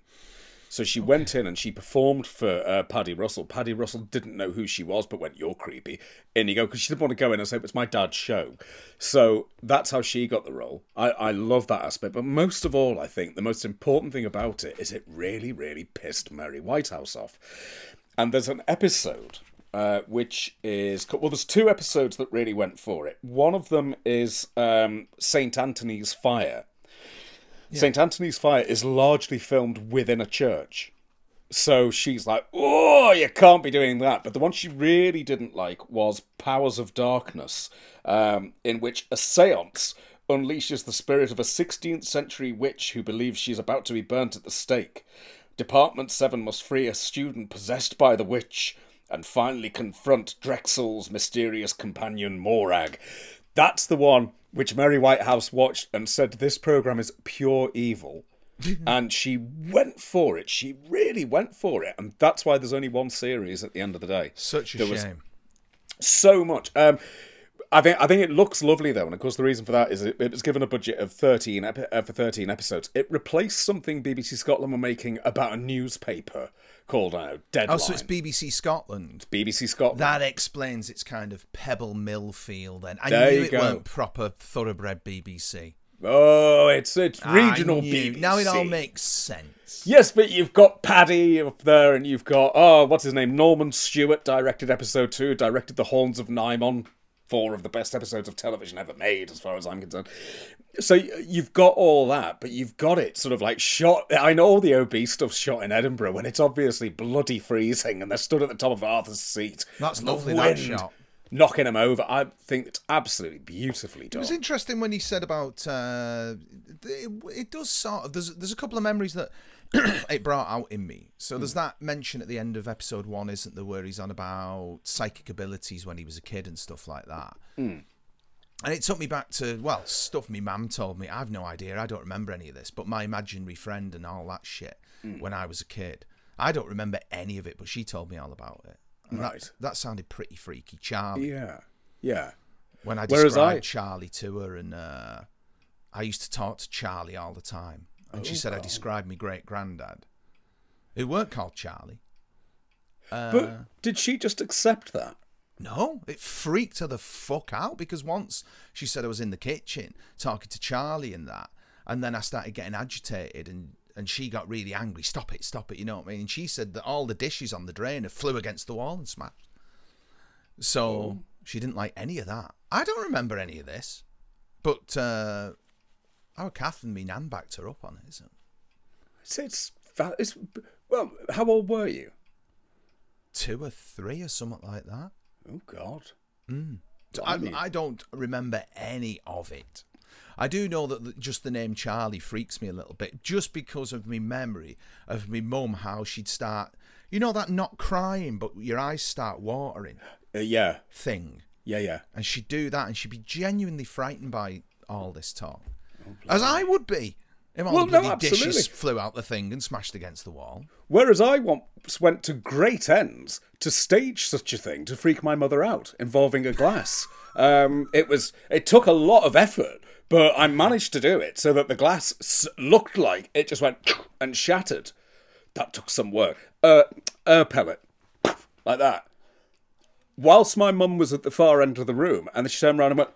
So she went in and she performed for uh, Paddy Russell. Paddy Russell didn't know who she was, but went, "You're creepy." In you go because she didn't want to go in and say, "It's my dad's show." So that's how she got the role. I, I love that aspect, but most of all, I think the most important thing about it is it really, really pissed Mary Whitehouse off. And there's an episode uh, which is co- well, there's two episodes that really went for it. One of them is um, Saint Anthony's Fire. St. Anthony's Fire is largely filmed within a church. So she's like, "Oh, you can't be doing that." But the one she really didn't like was Powers of Darkness, um, in which a séance unleashes the spirit of a 16th-century witch who believes she is about to be burnt at the stake. Department Seven must free a student possessed by the witch and finally confront Drexel's mysterious companion Morag. That's the one which Mary Whitehouse watched and said this program is pure evil. and she went for it. She really went for it. And that's why there's only one series at the end of the day. Such a There was- shame. So much. Um, I think I think it looks lovely though, and of course the reason for that is it, it was given a budget of thirteen epi- uh, for thirteen episodes. It replaced something BBC Scotland were making about a newspaper called I don't know, Deadline. Oh, so it's BBC Scotland. BBC Scotland. That explains its kind of Pebble Mill feel then. I There knew you it go. weren't proper thoroughbred BBC. Oh, it's it's regional I knew. BBC. Now it all makes sense. Yes, but you've got Paddy up there, and you've got oh, what's his name? Norman Stewart directed episode two, directed the Horns of Nymon, four of the best episodes of television ever made, as far as I'm concerned. So y- you've got all that, but you've got it sort of like shot. I know all the OB stuff's shot in Edinburgh when it's obviously bloody freezing, and they're stood at the top of Arthur's seat. That's and the lovely, that wind shot. knocking them over. I think it's absolutely beautifully It done. was interesting when he said about uh, it, it does sort of there's there's a couple of memories that it brought out in me. So Hmm. there's that mention at the end of episode one, isn't there, where he's on about psychic abilities when he was a kid and stuff like that. Hmm. And it took me back to well stuff my mum told me. I've no idea. I don't remember any of this, but my imaginary friend and all that shit Hmm. when I was a kid. I don't remember any of it, but she told me all about it. And Right. that, that sounded pretty freaky charming yeah, yeah. when I Whereas described I- Charlie to her, and uh, I used to talk to Charlie all the time, and she said I described my great granddad, who weren't called Charlie. Uh. but did she just accept that? No, it freaked her the fuck out because once she said I was in the kitchen talking to Charlie and that, and then I started getting agitated and. And she got really angry. Stop it! Stop it! You know what I mean. And she said that all the dishes on the drainer flew against the wall and smashed. So she didn't like any of that. I don't remember any of this, but uh, our Kath and me nan backed her up on it. Isn't it? So it's fa- it's well. How old were you? two or three or something like that? Oh God. So I, I don't remember any of it. I do know that the- just the name Charlie freaks me a little bit, just because of me memory of me mum, how she'd start, you know, that not crying but your eyes start watering Uh, yeah, thing, yeah, yeah. and she'd do that, and she'd be genuinely frightened by all this talk, as I would be. If all Well, the no, bloody absolutely. dishes flew out the thing and smashed against the wall. Whereas I once went to great ends to stage such a thing to freak my mother out involving a glass. Um, it was it took a lot of effort, but I managed to do it so that the glass s- looked like it just went and shattered. That took some work. Uh, air pellet like that. Whilst my mum was at the far end of the room, and she turned around and went,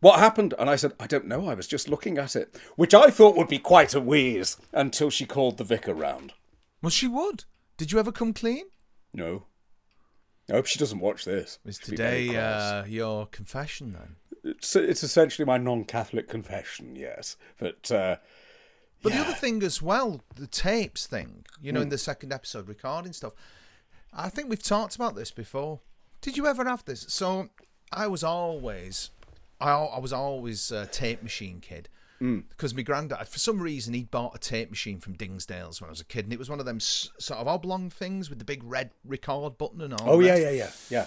What happened? And I said, I don't know, I was just looking at it, which I thought would be quite a wheeze until she called the vicar round. Well, she would. Did you ever come clean? No. I hope she doesn't watch this. Is She'd be very today cross. uh, your confession then? it's, it's essentially my non-Catholic confession, yes. But uh, But the other thing as well, the tapes thing, you Hmm. know, in the second episode, recording stuff. I think we've talked about this before. Did you ever have this? So I was always, I, al- I was always a tape machine kid. Hmm. Because my granddad, for some reason, he'd bought a tape machine from Dingsdale's when I was a kid, and it was one of them s- sort of oblong things with the big red record button and all. oh the yeah, rest. yeah, yeah, yeah.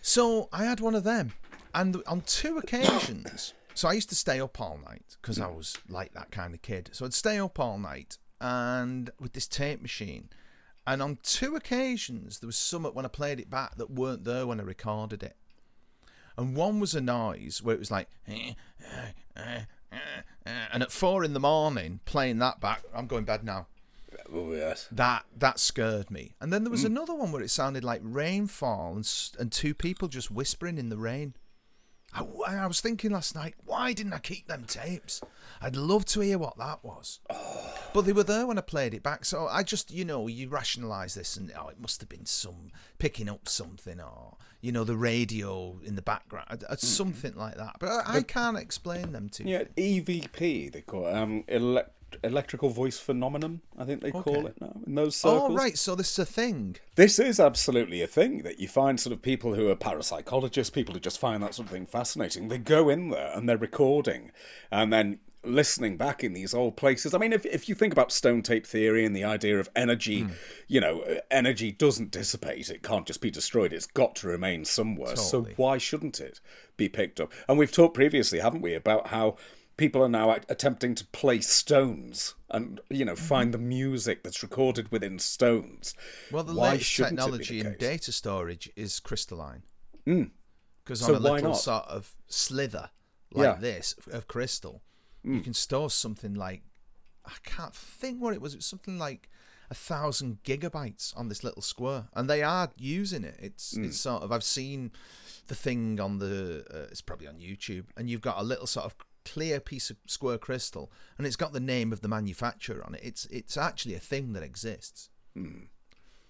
So I had one of them, and on two occasions, so I used to stay up all night because I was like that kind of kid. So I'd stay up all night and with this tape machine, and on two occasions there was some when I played it back that weren't there when I recorded it, and one was a noise where it was like. eh, And at four in the morning, playing that back, I'm going bed now. Oh yes. That that scared me. And then there was another one where it sounded like rainfall and s- and two people just whispering in the rain. I, w- I was thinking last night, why didn't I keep them tapes? I'd love to hear what that was. But they were there when I played it back, so I just, you know, you rationalise this and oh, it must have been some picking up something or you know the radio in the background, uh, E something like that. But I, I can't explain them to you. Yeah, EVP they call it. Um, elect- elect- electrical voice phenomenon. I think they call Okay. it now in those circles. Oh, right. So this is a thing. This is absolutely a thing that you find sort of people who are parapsychologists, people who just find that sort of thing fascinating. They go in there and they're recording and then listening back in these old places. I mean, if, if you think about stone tape theory and the idea of energy, you know, uh, energy doesn't dissipate, it can't just be destroyed, it's got to remain somewhere. So Totally. why shouldn't it be picked up? And we've talked previously, haven't we, about how people are now at- attempting to play stones and you know find the music that's recorded within stones Well, the why latest shouldn't it be technology the in case? Hmm. data storage is crystalline. Because So on a why little not? sort of slither like Yeah. Hmm. this of crystal, you can store something like I can't think what it was. It was something like a thousand gigabytes on this little square, and they are using it. It's Hmm. it's sort of I've seen the thing on the uh, it's probably on YouTube, and you've got a little sort of clear piece of square crystal, and it's got the name of the manufacturer on it. It's it's actually a thing that exists.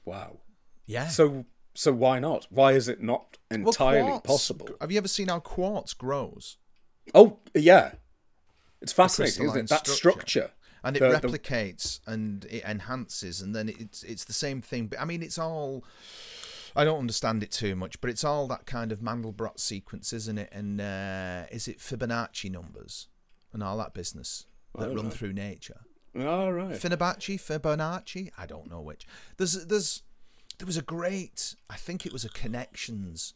Wow. Yeah. So so why not? Why is it not Well, entirely quartz- possible? Have you ever seen how quartz grows? Oh yeah, it's fascinating, isn't crystalline it? That structure. structure. And it The- the- replicates and it enhances, and then it's it's the same thing. But I mean, it's all. I don't understand it too much, but it's all that kind of Mandelbrot sequence, isn't it? And uh, is it Fibonacci numbers and all that business Oh, that run through nature? All right. Fibonacci, Fibonacci. I don't know which. There's there's there was a great. I think it was a Connections.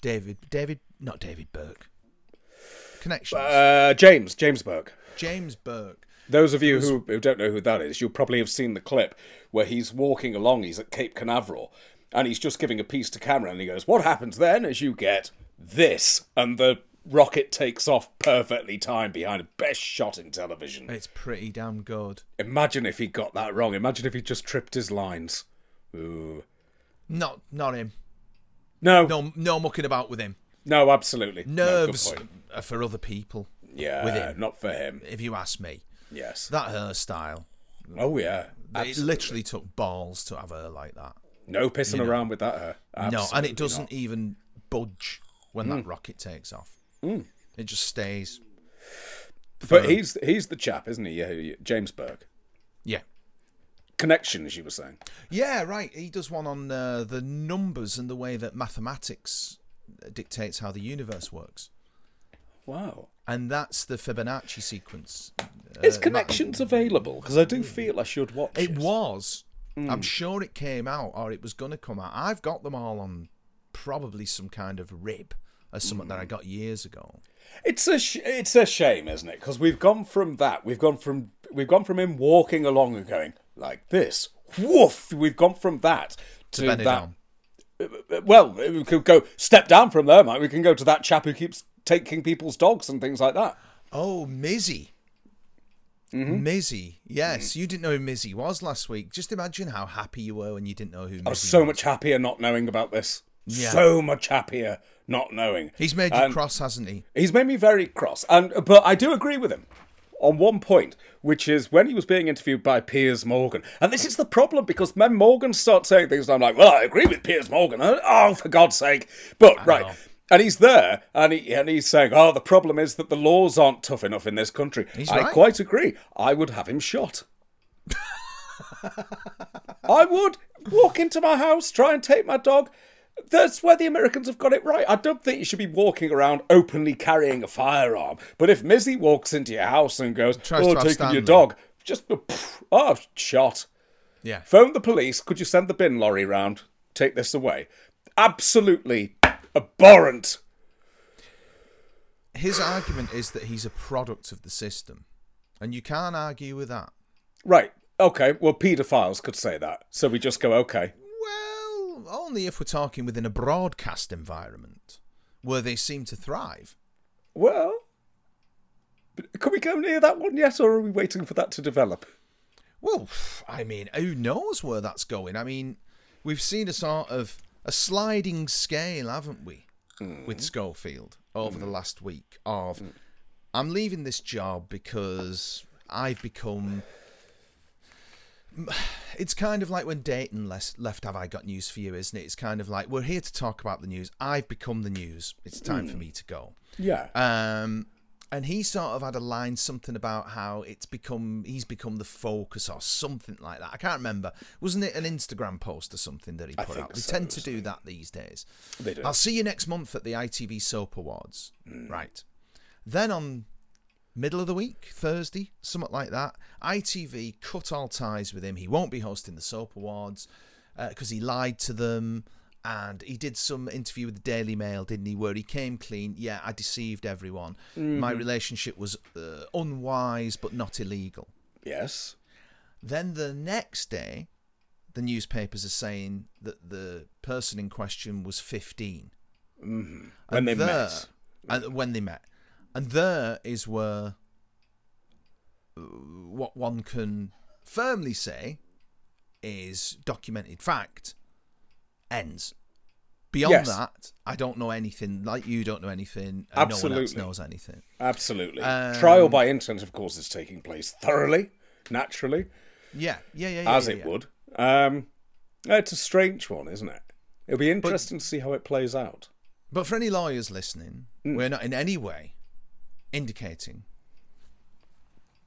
David David not David Burke. Connections. Uh, James James Burke. James Burke. Those of you who, who don't know who that is, you'll probably have seen the clip where he's walking along. He's at Cape Canaveral, and he's just giving a piece to camera, and he goes, "What happens then is you get this," and the rocket takes off perfectly timed behind a best shot in television. It's pretty damn good. Imagine if he got that wrong. Imagine if he just tripped his lines. Ooh. Not not him. No, no, No no mucking about with him. absolutely. No, good Nerves point. are for other people, yeah, with him. not for him. if you ask me. Yes. That hairstyle. oh yeah. It literally took balls to have her like that. No pissing around with that uh, hair. no, and Absolutely it doesn't not. Hmm. even budge when that rocket takes off. It just stays. But he's he's the chap, isn't he? Yeah, who- James Burke. Yeah. Connections, you were saying. Yeah, right. He does one on uh, the numbers and the way that mathematics dictates how the universe works. Wow. And that's the Fibonacci sequence. Is connections available? Because I do feel I should watch it. Uh, It was. I'm sure it came out or it was going to come out. I've got them all on probably some kind of rib or something that I got years ago. It's a sh- it's a shame, isn't it? Because we've gone from that, we've gone from we've gone from him walking along and going like this, woof. We've gone from that to, that. Benny Down. Well, we could go step down from there, mate. We can go to that chap who keeps taking people's dogs and things like that. Oh, Mizzy. Mizzy. Yes, you didn't know who Mizzy was last week. Just imagine how happy you were when you didn't know who Mizzy I was so much happier not knowing about this. Yeah. So much happier not knowing. He's made you cross, hasn't he? He's made me very cross, and but I do agree with him on one point, which is when he was being interviewed by Piers Morgan, and this is the problem because when Morgan starts saying things, and I'm like, well, I agree with Piers Morgan. and, Oh, for God's sake! But right. And he's there, and he and he's saying, "Oh, the problem is that the laws aren't tough enough in this country." He's I right. quite agree. I would have him shot. I would walk into my house, try and take my dog. That's where the Americans have got it right. I don't think you should be walking around openly carrying a firearm. But if Mizzy walks into your house and goes, Tries to "Oh, have taking your Stanley. dog," just pff, oh, shot. Yeah. Phone the police. Could you send the bin lorry round? Take this away. Absolutely abhorrent. His argument is that he's a product of the system. And you can't argue with that. Right. Okay. Well, paedophiles could say that. So we just go, okay. Well, only if we're talking within a broadcast environment where they seem to thrive. Well, but can we go near that one yet, or are we waiting for that to develop? Well, I mean, who knows where that's going? I mean, we've seen a sort of a sliding scale, haven't we, with Schofield over the last week of I'm leaving this job because I've become. It's kind of like when Dayton les- left Have I Got News for You, isn't it? It's kind of like, we're here to talk about the news. I've become the news. It's time for me to go. Yeah. Um, and he sort of had a line something about how it's become he's become the focus or something like that. I can't remember. Wasn't it an Instagram post or something that he put think out? They so, tend to do that these days. They do. I'll see you next month at the ITV Soap Awards. Right. Then on middle of the week, Thursday, something like that. ITV cut all ties with him. He won't be hosting the Soap Awards because he lied to them. And he did some interview with the Daily Mail, didn't he? Where he came clean. Yeah, I deceived everyone. My relationship was uh, unwise, but not illegal. Yes. Then the next day, the newspapers are saying that the person in question was 15. When they there, met. And when they met. And there is where uh, what one can firmly say is documented fact ends. Beyond Yes. that, I don't know anything. Like you don't know anything. And No one else Absolutely. knows anything. Absolutely. Um, Trial by intent, of course, is taking place thoroughly, naturally, Yeah, yeah, yeah. yeah as yeah, it yeah. would. Um, it's a strange one, isn't it? It'll be interesting to see how it plays out. But for any lawyers listening, Mm. we're not in any way indicating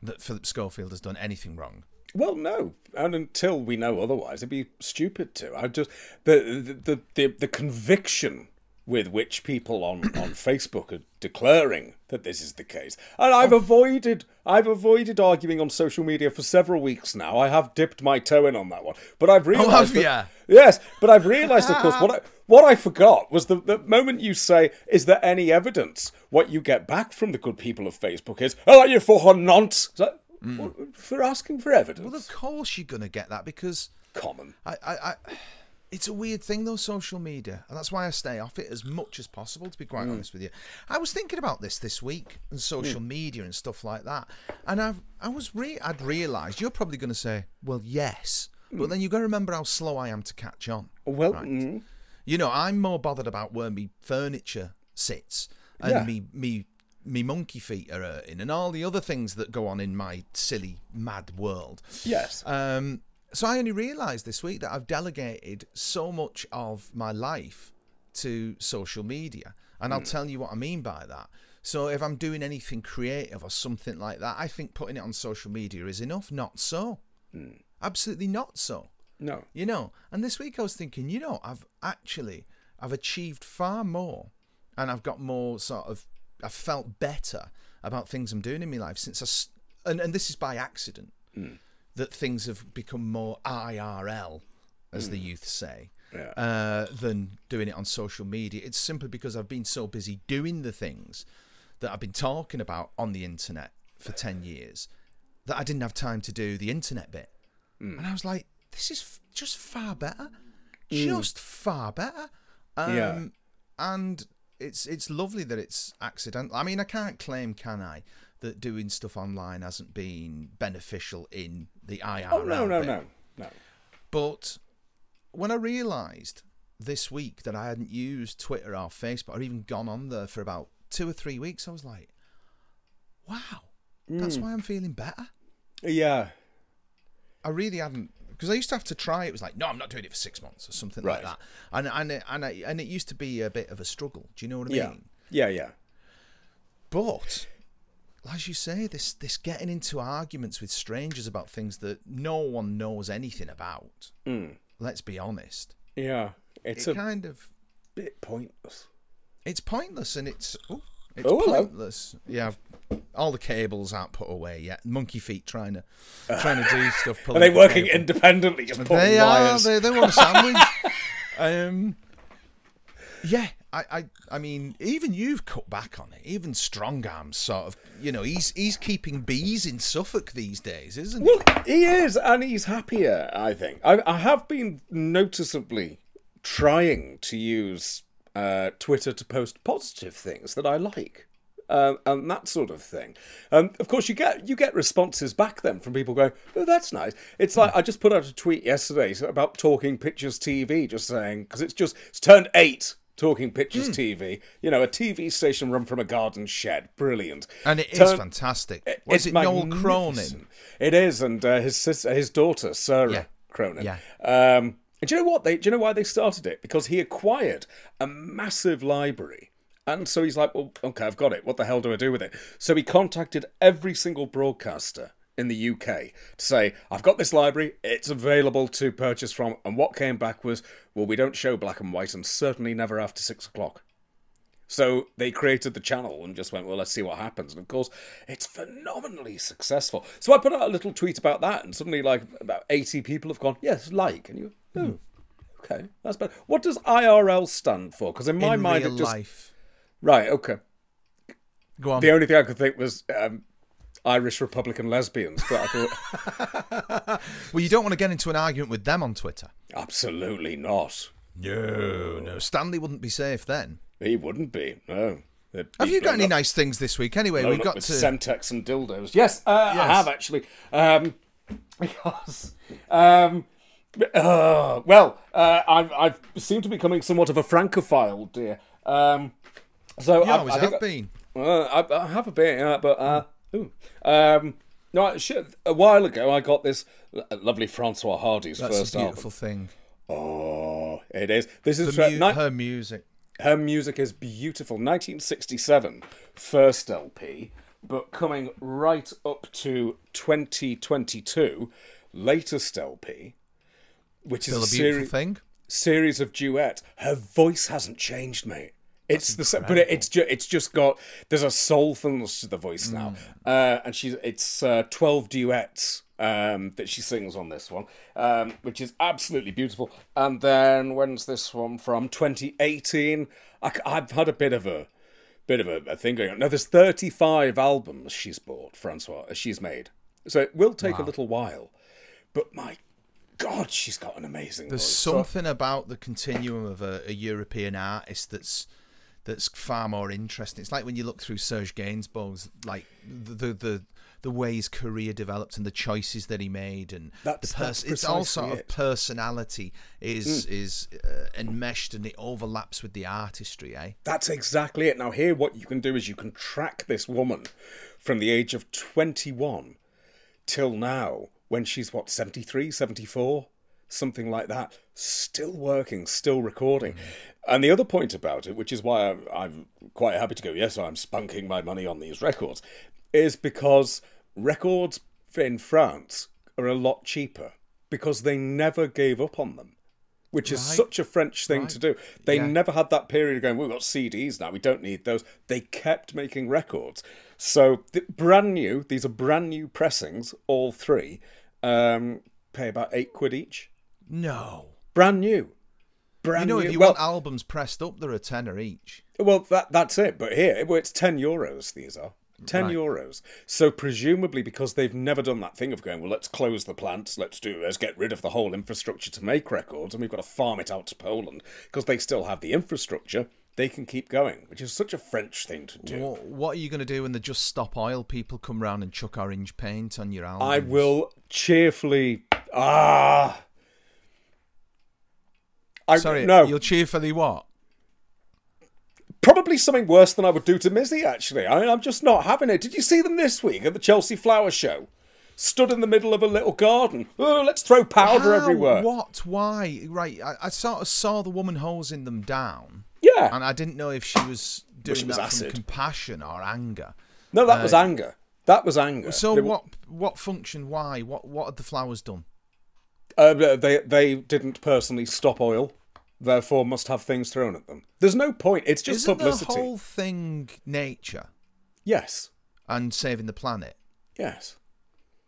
that Philip Schofield has done anything wrong. Well, no, and until we know otherwise, it'd be stupid to. I just the the the, the, the conviction with which people on, on Facebook are declaring that this is the case, and Oh. I've avoided I've avoided arguing on social media for several weeks now. I have dipped my toe in on that one, but I've realised. Oh, have that- ya? Yes, but I've realised, of course, what I, what I forgot was the, the moment you say, "Is there any evidence?" What you get back from the good people of Facebook is, "Oh, you for nonce." It's like, well, For asking for evidence, Hmm. Well, of course you're going to get that because common. I, I, I, it's a weird thing though, social media, and that's why I stay off it as much as possible. To be quite Hmm. honest with you, I was thinking about this this week and social media and stuff like that, and I've, I was re, I'd realised you're probably going to say, well, yes, but then you've got to remember how slow I am to catch on. Hmm. Well, right? mm, You know, I'm more bothered about where me furniture sits and Yeah. me me me monkey feet are hurting and all the other things that go on in my silly mad world. yes, Um, so I only realised this week that I've delegated so much of my life to social media, and I'll tell you what I mean by that. So if I'm doing anything creative or something like that, I think putting it on social media is enough. Not so. Absolutely not so no, you know and this week i was thinking you know i've actually i've achieved far more and i've got more sort of i've felt better about things i'm doing in my life since i s- and, and this is by accident that things have become more irl as the youth say Hmm. Yeah. uh, than doing it on social media it's simply because i've been so busy doing the things that i've been talking about on the internet for 10 years that i didn't have time to do the internet bit Hmm. and I was like, this is f- just far better, just far better. Um, Yeah. And it's it's lovely that it's accidental. I mean, I can't claim, can I, that doing stuff online hasn't been beneficial in the IRL. oh no, no, bit. no, no. But when I realised this week that I hadn't used Twitter or Facebook or even gone on there for about two or three weeks, I was like, wow, Hmm. that's why I'm feeling better. Yeah, I really hadn't because I used to have to try. It was like, no, I'm not doing it for six months or something like Right. that. And and it, and I, and it used to be a bit of a struggle. Do you know what I yeah, mean? yeah, yeah. But as you say, this this getting into arguments with strangers about things that no one knows anything about. Hmm. Let's be honest. Yeah, it's it a kind of bit pointless. it's pointless and it's ooh, it's Oh, hello. pointless. Yeah, I've- all the cables aren't put away yet. Monkey feet trying to trying to do stuff. Are they working independently, just pulling They are. wires? They, they want a sandwich. um, yeah, I, I, I mean, even you've cut back on it. Even Strongarm's sort of, you know, he's he's keeping bees in Suffolk these days, isn't he? Well, he is, and he's happier. I think I, I have been noticeably trying to use uh, Twitter to post positive things that I like. Um, and that sort of thing. Um, of course, you get you get responses back then from people going, "Oh, that's nice." It's like I just put out a tweet yesterday about Talking Pictures TV, just saying because it's just it's turned eight. Talking Hmm. Pictures TV, you know, a TV station run from a garden shed, brilliant. And it is Turn- fantastic. Was it's it Noel Cronin? magnificent. It is, and uh, his sis- his daughter Sarah Yeah. Cronin. Yeah. Um, and do you know what? They do you know why they started it? Because he acquired a massive library And so he's like, well, okay, I've got it. What the hell do I do with it? So he contacted every single broadcaster in the UK to say, I've got this library, it's available to purchase from. And what came back was, well, we don't show black and white and certainly never after six o'clock. So they created the channel and just went, well, let's see what happens. And of course, it's phenomenally successful. So I put out a little tweet about that, and suddenly, like, about 80 people have gone, yes, like. And you, oh, Hmm. okay, that's better. What does IRL stand for? Because in my in mind, real it just. life. Right, okay. Go on. The only thing I could think was um, Irish Republican lesbians, but I thought. Well, you don't want to get into an argument with them on Twitter. Absolutely not. No, no. Stanley wouldn't be safe then. He wouldn't be. No. They'd Have be you got blown any up- nice things this week? Anyway, blown we've up got with to. Semtex and dildos. Yes, uh, I Yes. have actually. Um, because, um, uh, well, uh, I've, I've seem to be becoming somewhat of a francophile, dear. Um, so yeah, I I, always I think have been. Uh, I, I have a bit, yeah, but uh, ooh. um, no, shit. A while ago, I got this l- lovely Francois Hardy's That's first a beautiful thing. album. Oh, it is. This is The uh, mu- ni- her music. her music is beautiful. 1967, first LP, but coming right up to 2022, latest LP, which Still a is a beautiful series thing. series of duets. Her voice hasn't changed, mate. It's the same, but it, it's ju- it's just got there's a soulfulness to the voice now, uh, and she's it's uh, twelve duets um, that she sings on this one, um, which is absolutely beautiful. And then when's this one from? 2018. I, have had a bit of a bit of a, a thing going on. Now there's 35 albums she's bought, Francois. uh, She's made, so it will take a little while, but my God, she's got an amazing. There's voice. So- something about the continuum of a, a European artist that's that's far more interesting. It's like when you look through Serge Gainsbourg's, like the the the, the way his career developed and the choices that he made, and That's- the that's person. It's all precisely sort of it. Mm. personality is is uh, enmeshed and it overlaps with the artistry, eh? That's exactly it. Now, here, what you can do is you can track this woman from the age of 21 till now, when she's what, 73, 74? Something like that. Still working, still recording. And the other point about it, which is why I'm, I'm quite happy to go, yes, I'm spunking my money on these records, is because records in France are a lot cheaper because they never gave up on them which is such a French thing to do. They never had that period of going, we've got CDs now, we don't need those. They kept making records. So, th- brand new, these are brand new pressings, all three, um, pay about eight quid each. No. Brand new. You Brand know, new. if you well, want albums pressed up, they're a tenner each. well that, that's it. But here, well, it's 10 euros, these are. 10 euros. So, presumably, because they've never done that thing of going, well, let's close the plants, let's do this, get rid of the whole infrastructure to make records, and we've got to farm it out to Poland, because they still have the infrastructure, they can keep going, which is such a French thing to do. What, what are you going to do when the Just Stop Oil people come round and chuck orange paint on your album? I will cheerfully. Ah! I, Sorry, no. you'll cheerfully what? probably something worse than I would do to Mizzy, actually. I mean, I'm just not having it. Did you see them this week at the Chelsea Flower Show? Stood in the middle of a little garden. Oh, let's throw powder How? everywhere. What? Why? Right. I, I sort of saw the woman hosing them down, Yeah. and I didn't know if she was doing she was that acid. from compassion or anger. No, that was anger. That was anger. So They- what? What function? Why? What? What had the flowers done? Uh, they they didn't personally stop oil, therefore must have things thrown at them. There's no point. It's just Isn't publicity. the whole thing nature Yes. and saving the planet? Yes.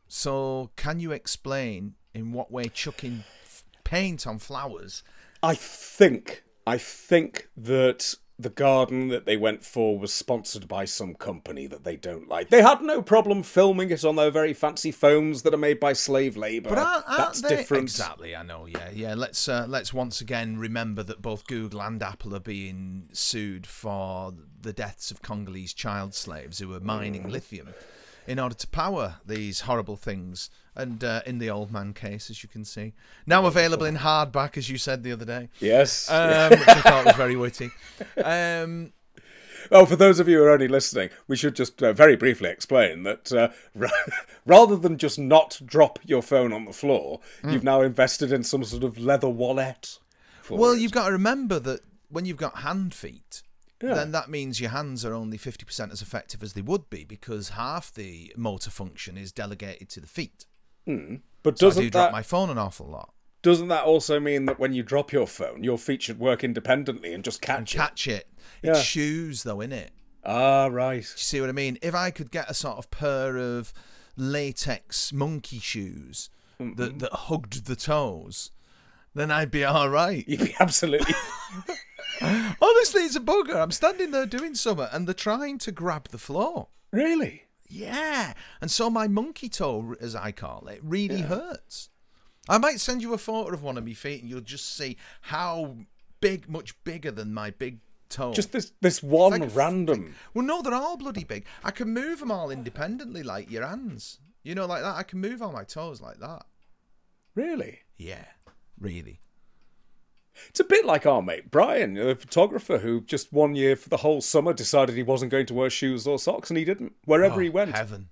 So can you explain in what way chucking f- paint on flowers? I think I think that the garden that they went for was sponsored by some company that they don't like. They had no problem filming it on their very fancy phones that are made by slave labor. But aren't, aren't That's they- different. Exactly, I know. Yeah, yeah. Let's uh, let's once again remember that both Google and Apple are being sued for the deaths of Congolese child slaves who were Mm. mining lithium in order to power these horrible things. And uh, in the old man case, as you can see, now available in hardback, as you said the other day, Yes. um, which I thought was very witty. Um, oh, for those of you who are only listening, we should just uh, very briefly explain that uh, ra- rather than just not drop your phone on the floor, Hmm. you've now invested in some sort of leather wallet. for well, it. you've got to remember that when you've got hand feet, then that means your hands are only 50% as effective as they would be because half the motor function is delegated to the feet. But So I doesn't do that drop my phone an awful lot. doesn't that also mean that when you drop your phone, your feet should work independently and just catch it? Catch it. Yeah. It's shoes, though, innit? Ah, right. You see what I mean? If I could get a sort of pair of latex monkey shoes that, that hugged the toes, then I'd be all right. You'd be absolutely. Honestly, it's a bugger. I'm standing there doing something and they're trying to grab the floor. really? Yeah. And so my monkey toe, as I call it, really hurts. I might send you a photo of one of my feet and you'll just see how big, much bigger than my big toe. Just this this one Like- random. Well, no, they're all bloody big. I can move them all independently, like your hands. You know, like that. I can move all my toes like that. Really? Yeah, really. It's a bit like our mate Brian, the photographer who just one year for the whole summer decided he wasn't going to wear shoes or socks, and he didn't. Wherever he Oh, went, heaven.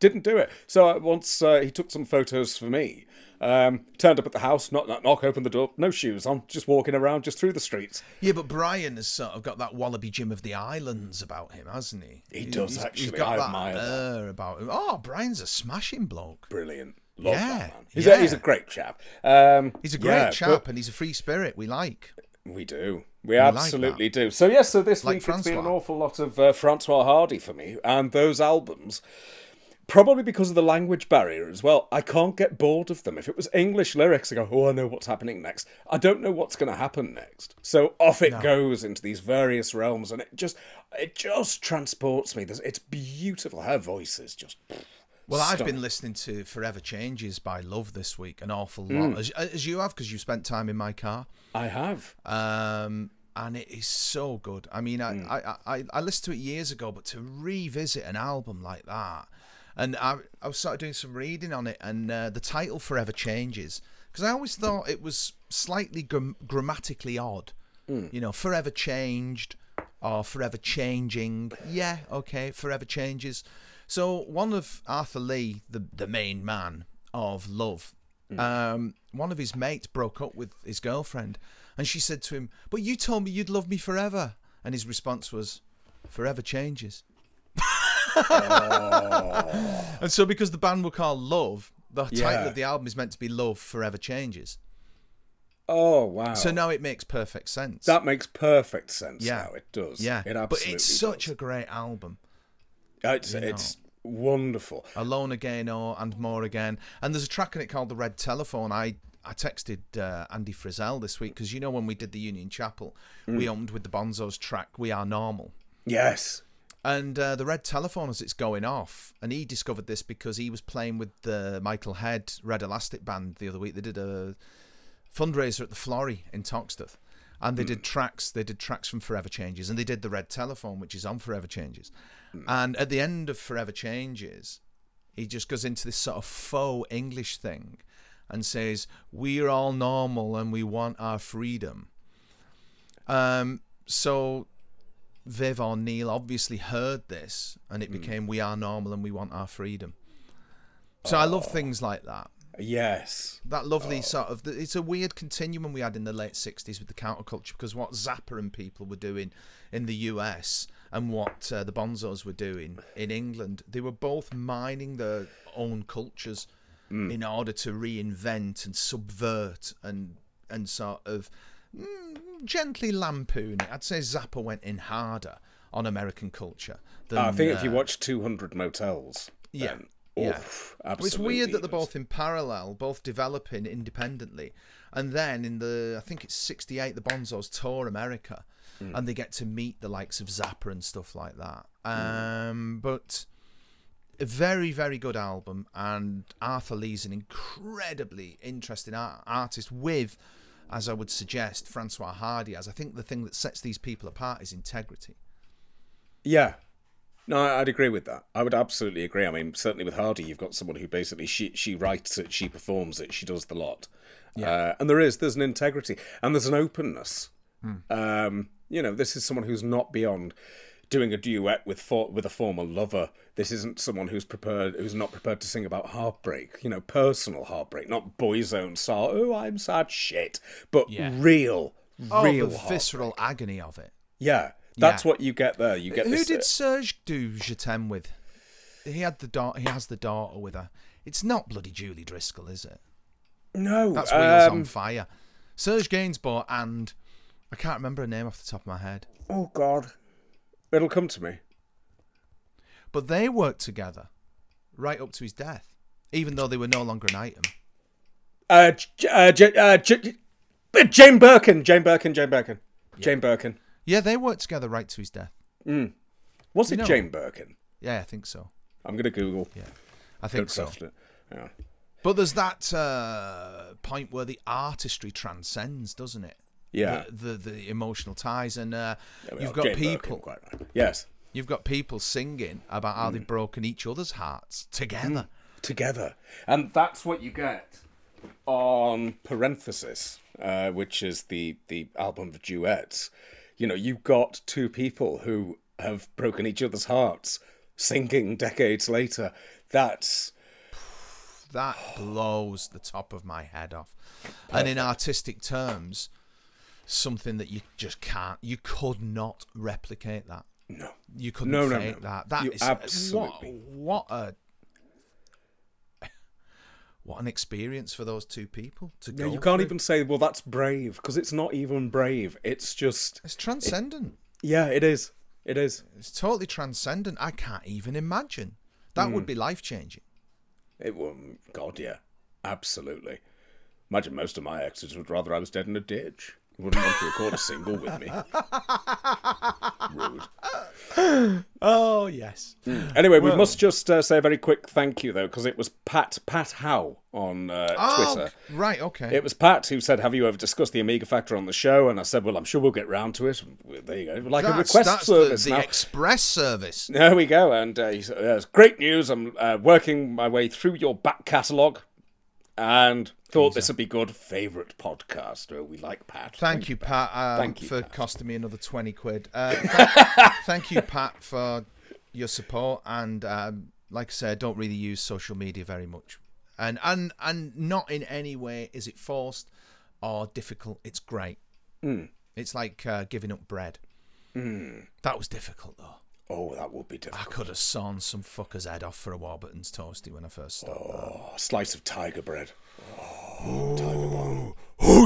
didn't do it. So uh, once uh, he took some photos for me, um, turned up at the house, knock, knock, knock, opened the door, no shoes on, just walking around, just through the streets. Yeah, but Brian has sort of got that Wallaby Jim of the Islands about him, hasn't he? He does he's- He's actually. got I that admire that. air about him. Oh, Brian's a smashing bloke. Brilliant. Love Yeah, that man. He's, yeah. a, he's a great chap. Um, He's a great yeah, chap, and he's a free spirit. We like. but We do. We, like absolutely do. So, yes, so this Like week it's been an Francois. awful lot of uh, Francois Hardy for me, and those albums, probably because of the language barrier as well, I can't get bored of them. If it was English lyrics, I go, oh, I know what's happening next. I don't know what's going to happen next. So off it goes into these various realms, and it just it just transports me. There's, it's beautiful. Her voice is just. Well, I've stunning. been listening to Forever Changes by Love this week an awful lot, as, as you have, because you spent time in my car. I have. um, and it is so good. I mean, I, I, I, I listened to it years ago, but to revisit an album like that, and I, I was sort of doing some reading on it, and uh, the title forever changes because I always thought it was slightly gram- grammatically odd. You know, forever changed or forever changing. Yeah, okay, forever changes. So one of Arthur Lee, the the main man of Love, Mm. um, one of his mates broke up with his girlfriend, and she said to him, "But you told me you'd love me forever," and his response was, "Forever changes." And so, because the band were called Love, the Oh. Yeah. title of the album is meant to be "Love Forever Changes." Oh wow. So now it makes perfect sense. That makes perfect sense. Yeah. now. it does. yeah, it absolutely. but it's such a great album. does. It's, it's wonderful. Alone Again or and More Again. And there's a track in it called The Red Telephone. I I texted uh, Andy Frizzell this week because you know when we did the Union Chapel, we opened with the Bonzos track We Are Normal. Yes. And uh, the red telephone as it's going off, and he discovered this because he was playing with the Michael Head Red Elastic Band the other week. They did a fundraiser at the Flory in Toxteth, and they did tracks. They did tracks from Forever Changes, and they did the red telephone, which is on Forever Changes. And at the end of Forever Changes, he just goes into this sort of faux English thing, and says, "We're all normal, and we want our freedom." Um. So Viv or Neil obviously heard this and it became we are normal and we want our freedom. So I love things like that. Yes. That Oh. lovely sort of it's a weird continuum we had in the late 60s with the counterculture because what Zappa and people were doing in the US and what uh, the Bonzos were doing in England, they were both mining their own cultures Mm. in order to reinvent and subvert and and sort of mm, gently lampoon it. I'd say Zappa went in harder on American culture than I think if you uh, watch 200 Motels, Yeah. then, Yeah. oof, Well, absolutely. it's weird that they're it is. both in parallel, both developing independently, and then in the I think it's '68 the Bonzos tour America, Hmm. and they get to meet the likes of Zappa and stuff like that. Hmm. Um, But a very very good album, and Arthur Lee's an incredibly interesting ar- artist with. As I would suggest, Francois Hardy, as I think the thing that sets these people apart is integrity. Yeah. No, I- I'd agree with that. I would absolutely agree. I mean, certainly with Hardy, you've got someone who basically she she writes it, she performs it, she does the lot, uh, and there is there's an integrity and there's an openness. Hmm. Um, you know, this is someone who's not beyond doing a duet with for, with a former lover. This isn't someone who's prepared who's not prepared to sing about heartbreak. You know, personal heartbreak, not boy's own sorrow. Oh, I'm sad shit, but real, Oh, real the heart. visceral agony of it. Yeah. That's Yeah. what you get there. You get Who this, did Serge do Jatem with? He had the da- He has the daughter with her. It's not bloody Julie Driscoll, is it? no? That's Wheels um, on Fire. Serge Gainsbourg and I can't remember her name off the top of my head. Oh God, it'll come to me. But they worked together right up to his death, even though they were no longer an item. Uh, J- uh, J- uh, J- uh, Jane Birkin, Jane Birkin, Jane Birkin, Jane Birkin. Yeah, they worked together right to his death. Was it know- Jane Birkin? Yeah, I think so. I'm gonna Google. Yeah, I think so. After it. Yeah. But there's that uh, point where the artistry transcends, doesn't it? Yeah. The the, the emotional ties, and uh, There we you've are. got oh, Jane Birkin, people. quite right. Yes, You've got people singing about how Mm. they've broken each other's hearts together. together, and that's what you get on Parenthesis, uh, which is the the album of duets. You know, you've got two people who have broken each other's hearts, singing decades later. That's That blows the top of my head off. And in artistic terms, something that you just can't, you could not replicate that. no. You couldn't No, no, fake no. that. That You is absolutely- what, what a what an experience for those two people to Yeah, go. you can't e- through. even say, well, that's brave, because it's not even brave. It's just, It's transcendent. yeah, it is. It is. It's totally transcendent. I can't even imagine. That Mm. would be life changing. It will, God, yeah, absolutely. Imagine most of my exes would rather I was dead in a ditch. You wouldn't want to record a single with me. Rude. Oh yes. Anyway, we must just uh, say a very quick thank you, though, because it was Pat Pat Howe on uh, Twitter. Oh, right. Okay. It was Pat who said, "Have you ever discussed the Amiga Factor on the show?" And I said, "Well, I'm sure we'll get round to it." And There you go, like a that's, request that's service the, the now. express service. There we go, and uh, he said, "Yes, great news. I'm uh, working my way through your back catalogue, and thought this would be good. Favorite podcast? Oh, we like Pat. Thank you, Pat, um, Thank you, for Pat. costing me another twenty quid. Uh, thank, thank you, Pat, for your support. And um, like I say, I don't really use social media very much, and and and not in any way is it forced or difficult. It's great. Hmm. It's like uh, giving up bread. That was difficult though. Oh, that would be I difficult. could have sawn some fucker's head off for a Warburton's toasty when I first started. Oh, slice of tiger bread. Ooh,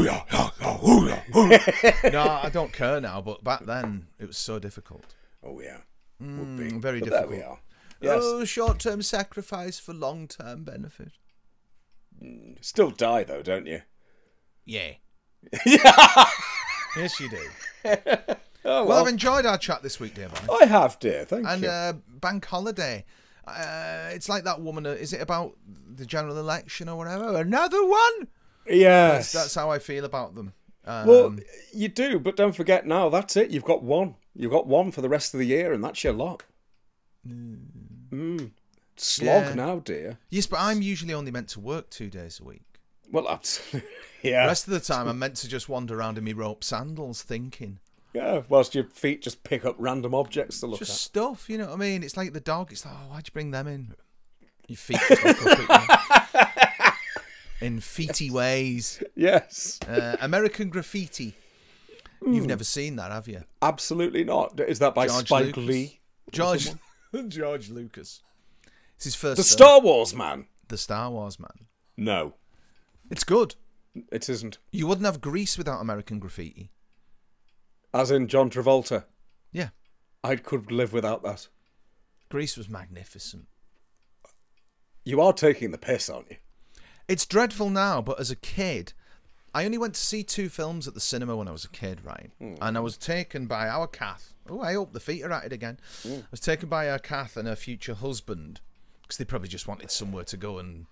yeah, yeah, yeah, ooh, yeah, ooh, yeah. no, I don't care now, but back then it was so difficult. Oh yeah, would be very But difficult. There we are. Yes, Oh, short term sacrifice for long term benefit. still die though, don't you? Yeah. yes, you do. Oh well, Well, I've enjoyed our chat this week, dear man. I have, dear. Thank And you. uh, bank holiday. Uh, it's like that woman. uh, Is it about the general election or whatever? Another one. yes, That's how I feel about them. Um, well, you do, but don't forget now. That's it. You've got one. You've got one for the rest of the year, and that's your lot. Mm. Slog Hmm. Yeah. now, dear. yes, but I'm usually only meant to work two days a week. Well, absolutely. Yeah. The rest of the time, I'm meant to just wander around in my rope sandals, thinking yeah. Whilst your feet just pick up random objects to look just at. stuff. You know what I mean? It's like the dog. It's like, oh, why'd you bring them in? Your feet just look up at you. in feety ways. Yes. Uh, American Graffiti. You've never seen that, have you? Absolutely not. Is that by George Spike Lucas. Lee? George George Lucas. It's his first The film, Star Wars man? the Star Wars man. No, It's good. it isn't. You wouldn't have Greece without American Graffiti. As in John Travolta. Yeah, I could live without that. Greece was magnificent. You are taking the piss, aren't you? It's dreadful now, but as a kid, I only went to see two films at the cinema when I was a kid, right? And I was taken by our Kath. Oh, I hope the feet are at it again. I was taken by our Kath and her future husband because they probably just wanted somewhere to go and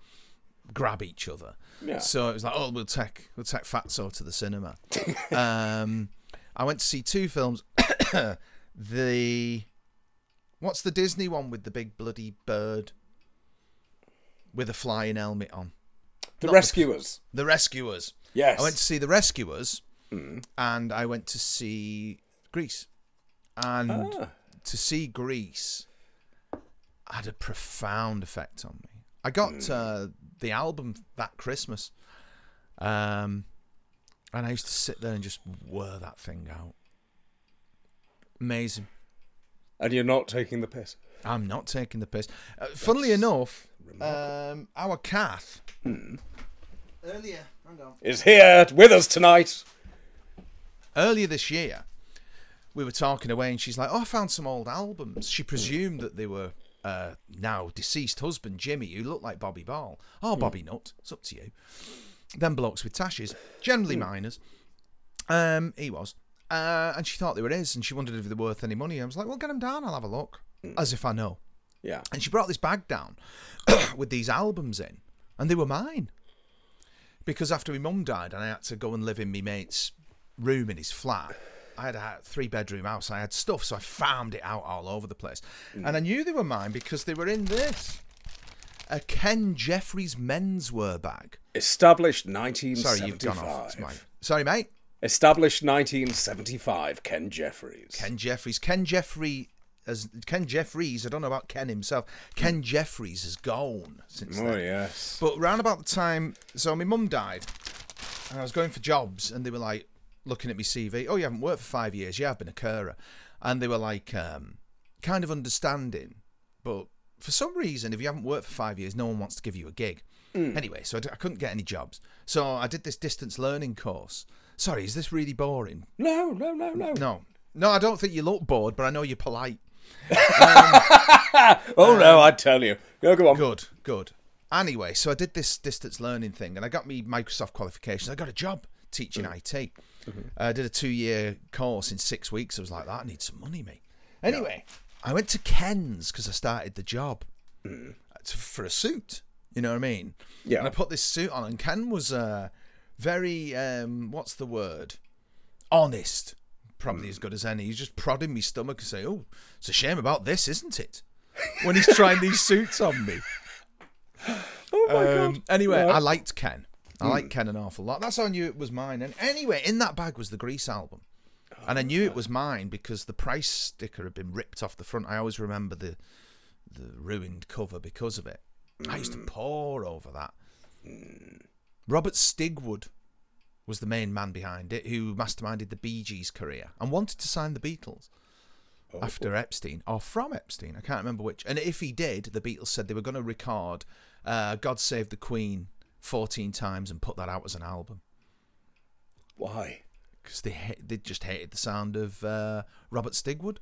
grab each other. Yeah. So it was like, oh, we'll take we'll take Fatso to the cinema. um, I went to see two films. the what's the Disney one with the big bloody bird with a flying helmet on? The Rescuers. The Rescuers. Yes. I went to see The Rescuers and I went to see Greece. And to see Greece had a profound effect on me. I got uh, the album that Christmas. Um, and I used to sit there and just whir that thing out. Amazing. and you're not taking the piss. I'm not taking the piss. Uh, funnily enough, um, our calf. Earlier, hang on. Is here with us tonight. earlier this year, we were talking away, and she's like, "Oh, I found some old albums." She presumed that they were uh, now deceased husband Jimmy, who looked like Bobby Ball. Oh, Bobby Nutt, it's up to you. Then blokes with tashes, generally minors. Um, he was, uh, and she thought they were his, and she wondered if they're worth any money. I was like, "Well, get them down. I'll have a look." As if I know. Yeah. And she brought this bag down with these albums in, and they were mine. Because after my mum died and I had to go and live in my mate's room in his flat, I had a three bedroom house. I had stuff, so I farmed it out all over the place. And I knew they were mine because they were in this a Ken Jeffries menswear bag. Established Sorry, you've gone off. It's 1975. mine. Sorry, mate. Established 1975, Ken Jeffries. Ken Jeffries. Ken Jeffrey as Ken Jeffries. I don't know about Ken himself. Ken Jeffries has gone since then. Oh, yes. But round about the time, so my mum died, and I was going for jobs, and they were like looking at me CV. Oh, you haven't worked for five years. Yeah, I've been a carer, and they were like um, kind of understanding, but for some reason, if you haven't worked for five years, no one wants to give you a gig. Anyway, so I d- I couldn't get any jobs, so I did this distance learning course. Sorry, is this really boring? No, no, no, no. No, no, I don't think you look bored, but I know you're polite. Oh, no, I tell you. Go, go on. Good, good. Anyway, so I did this distance learning thing, and I got me Microsoft qualifications. I got a job teaching Mm. IT. Mm-hmm. I did a two-year course in six weeks. I was like, that needs some money, mate. Anyway, I went to Ken's because I started the job to- for a suit. You know what I mean? Mm. Yeah. And I put this suit on, and Ken was uh, very um, what's the word? Honest. Mm. Probably as good as any. He's just prodding me stomach and say, "Oh, it's a shame about this, isn't it?" When he's trying these suits on me. Oh, my God. Hmm. Um, anyway, I liked Ken. I liked Ken an awful lot. That's how I knew it was mine. And anyway, in that bag was the Grease album. And Oh, I knew it was mine because the price sticker had been ripped off the front. I always remember the the ruined cover because of it. I used to Hmm. pore over that. Robert Stigwood was the main man behind it, who masterminded the Bee Gees' career and wanted to sign the Beatles after Epstein or from Epstein. I can't remember which. And if he did, the Beatles said they were going to record uh, "God Save the Queen" fourteen times and put that out as an album Why? because they ha- they just hated the sound of uh, Robert Stigwood.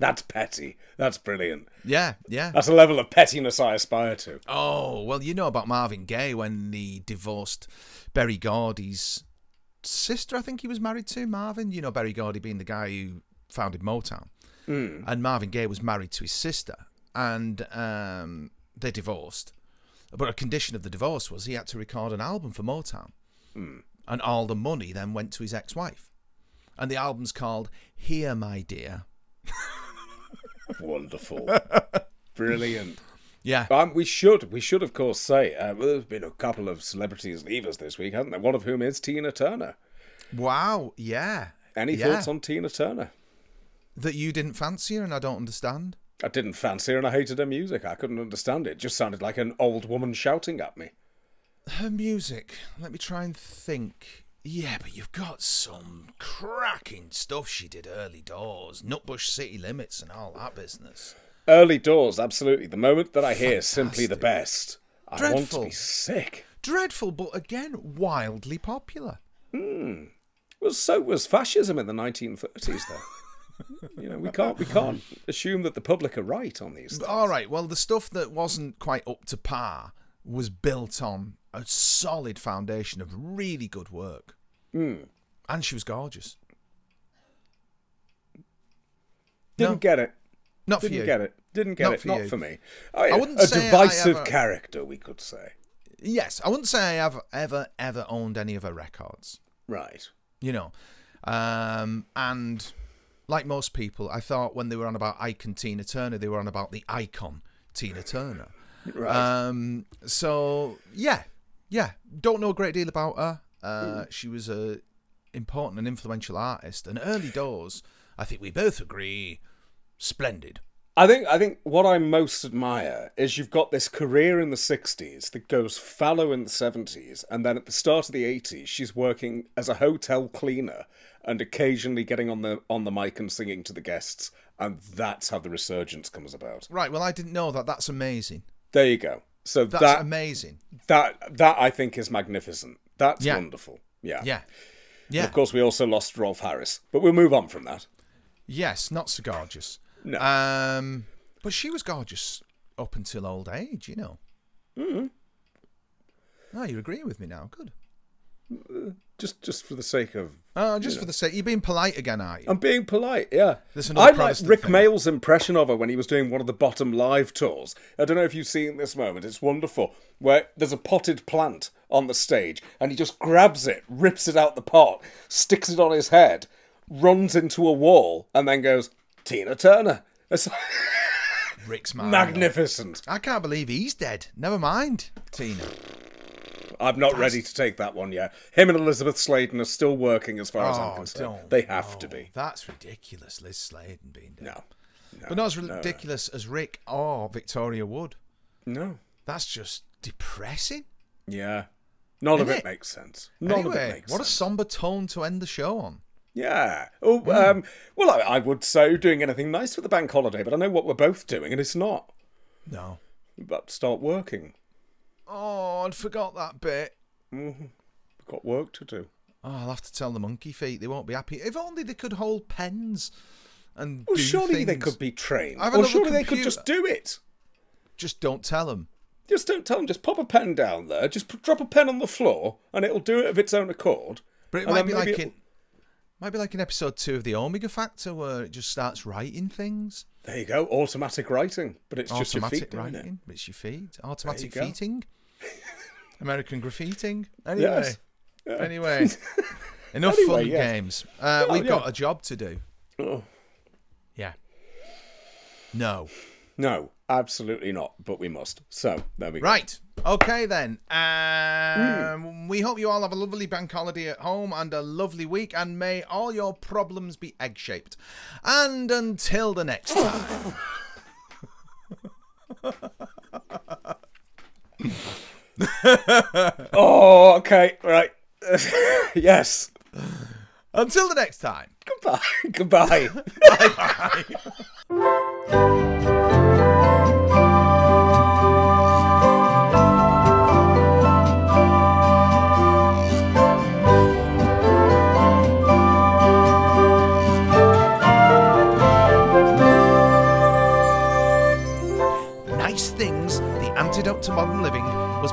That's petty. That's brilliant. Yeah, yeah. That's a level of pettiness I aspire to. Oh well, you know about Marvin Gaye when he divorced Berry Gordy's sister. I think he was married to Marvin. You know Berry Gordy being the guy who founded Motown, and Marvin Gaye was married to his sister, and um, they divorced. But a condition of the divorce was he had to record an album for Motown, and all the money then went to his ex-wife. And the album's called "Here, My Dear." Wonderful. Brilliant. Yeah, Um, we should, we should, of course, say uh, well, there's been a couple of celebrities leave us this week, hasn't there? One of whom is Tina Turner. wow, yeah. Any Yeah. thoughts on Tina Turner? that you didn't fancy her, and I don't understand. I didn't fancy her and I hated her music. I couldn't understand it. It just sounded like an old woman shouting at me. Her music. Let me try and think. Yeah, but you've got some cracking stuff she did early doors, Nutbush City Limits, and all that business. Early doors, absolutely. The moment that I hear simply the best, Fantastic. I want to Dreadful. be sick. Dreadful, but again, wildly popular. Well, so was fascism in the 1930s, though. you know, we can't we can't assume that the public are right on these. Things. All right, well, the stuff that wasn't quite up to par was built on a solid foundation of really good work. Hmm. And she was gorgeous. Didn't get it. Not for Didn't you. get it. Didn't get Not it. for Not you. for me. I, wouldn't a say I divisive ever- character, we could say. Yes, I wouldn't say I have ever, ever owned any of her records. Right. you know. Um, and like most people, I thought when they were on about Ike and Tina Turner, they were on about the icon Tina Turner. Um, so yeah, yeah, don't know a great deal about her. Uh, she was a important and influential artist, and early doors, I think we both agree, splendid. I think I think what I most admire is you've got this career in the '60s that goes fallow in the '70s, and then at the start of the '80s, she's working as a hotel cleaner and occasionally getting on the on the mic and singing to the guests, and that's how the resurgence comes about. Right. Well, I didn't know that. That's amazing. There you go. So That's that amazing. that that I think is magnificent. That's Yeah. wonderful. Yeah. Yeah. And Yeah. Of course, we also lost Rolf Harris, but we'll move on from that. Yes. Not so gorgeous. No. Um, but she was gorgeous up until old age. You know. Mm-hmm. Mm. Oh, you're agreeing with me now. Good. Just just for the sake of Oh, just for the sake, you're being polite again, are you? I'm being polite, yeah. That's another I like Protestant Rick thing. Mayall's impression of her when he was doing one of the bottom live tours. I don't know if you've seen this moment, it's wonderful, where there's a potted plant on the stage and he just grabs it, rips it out the pot, sticks it on his head, runs into a wall, and then goes, Tina Turner. It's Rick's man. magnificent. I can't believe he's dead. Never mind, Tina. I'm not ready to take that one yet. Him and Elizabeth Sladen are still working as far as I'm Oh, concerned. don't. They have Oh, to be. That's ridiculous, Liz Sladen being dead. No. but not as ridiculous as Rick or Victoria Wood. No. That's just depressing. Yeah. None of it, Isn't it? makes sense. None of it anyway, makes what a sense. somber tone to end the show on. Yeah. Oh, Hmm. um, well, I, I would say doing anything nice for the bank holiday, but I know what we're both doing, and it's not. No. But start working. Oh, I'd forgot that bit. We've got work to do. Oh, I'll have to tell the monkey feet. They won't be happy. If only they could hold pens and Well, do surely they things. could be trained. I have Or another surely they could just do it. Just don't tell them. Just don't tell them. Just pop a pen down there. Just p- drop a pen on the floor, and it'll do it of its own accord. But it And might then be maybe like it in, will- might be like in episode two of the Omega Factor where it just starts writing things. There you go. Automatic writing, but it's just your feet automatic doing it. writing, which you feed. Automatic go. feeding. American graffitiing. Anyway. Yes. Anyway. Enough Anyway, fun yeah. games. Uh, Well, we've got yeah. a job to do. Oh. Yeah. No. No, absolutely not. But we must. So there we go. Right. Okay then. Um, We hope you all have a lovely bank holiday at home and a lovely week, and may all your problems be egg shaped. And until the next time. Oh, okay. Right. yes. until the next time. Goodbye. Goodbye. Nice Things, The Antidote to Modern Living, was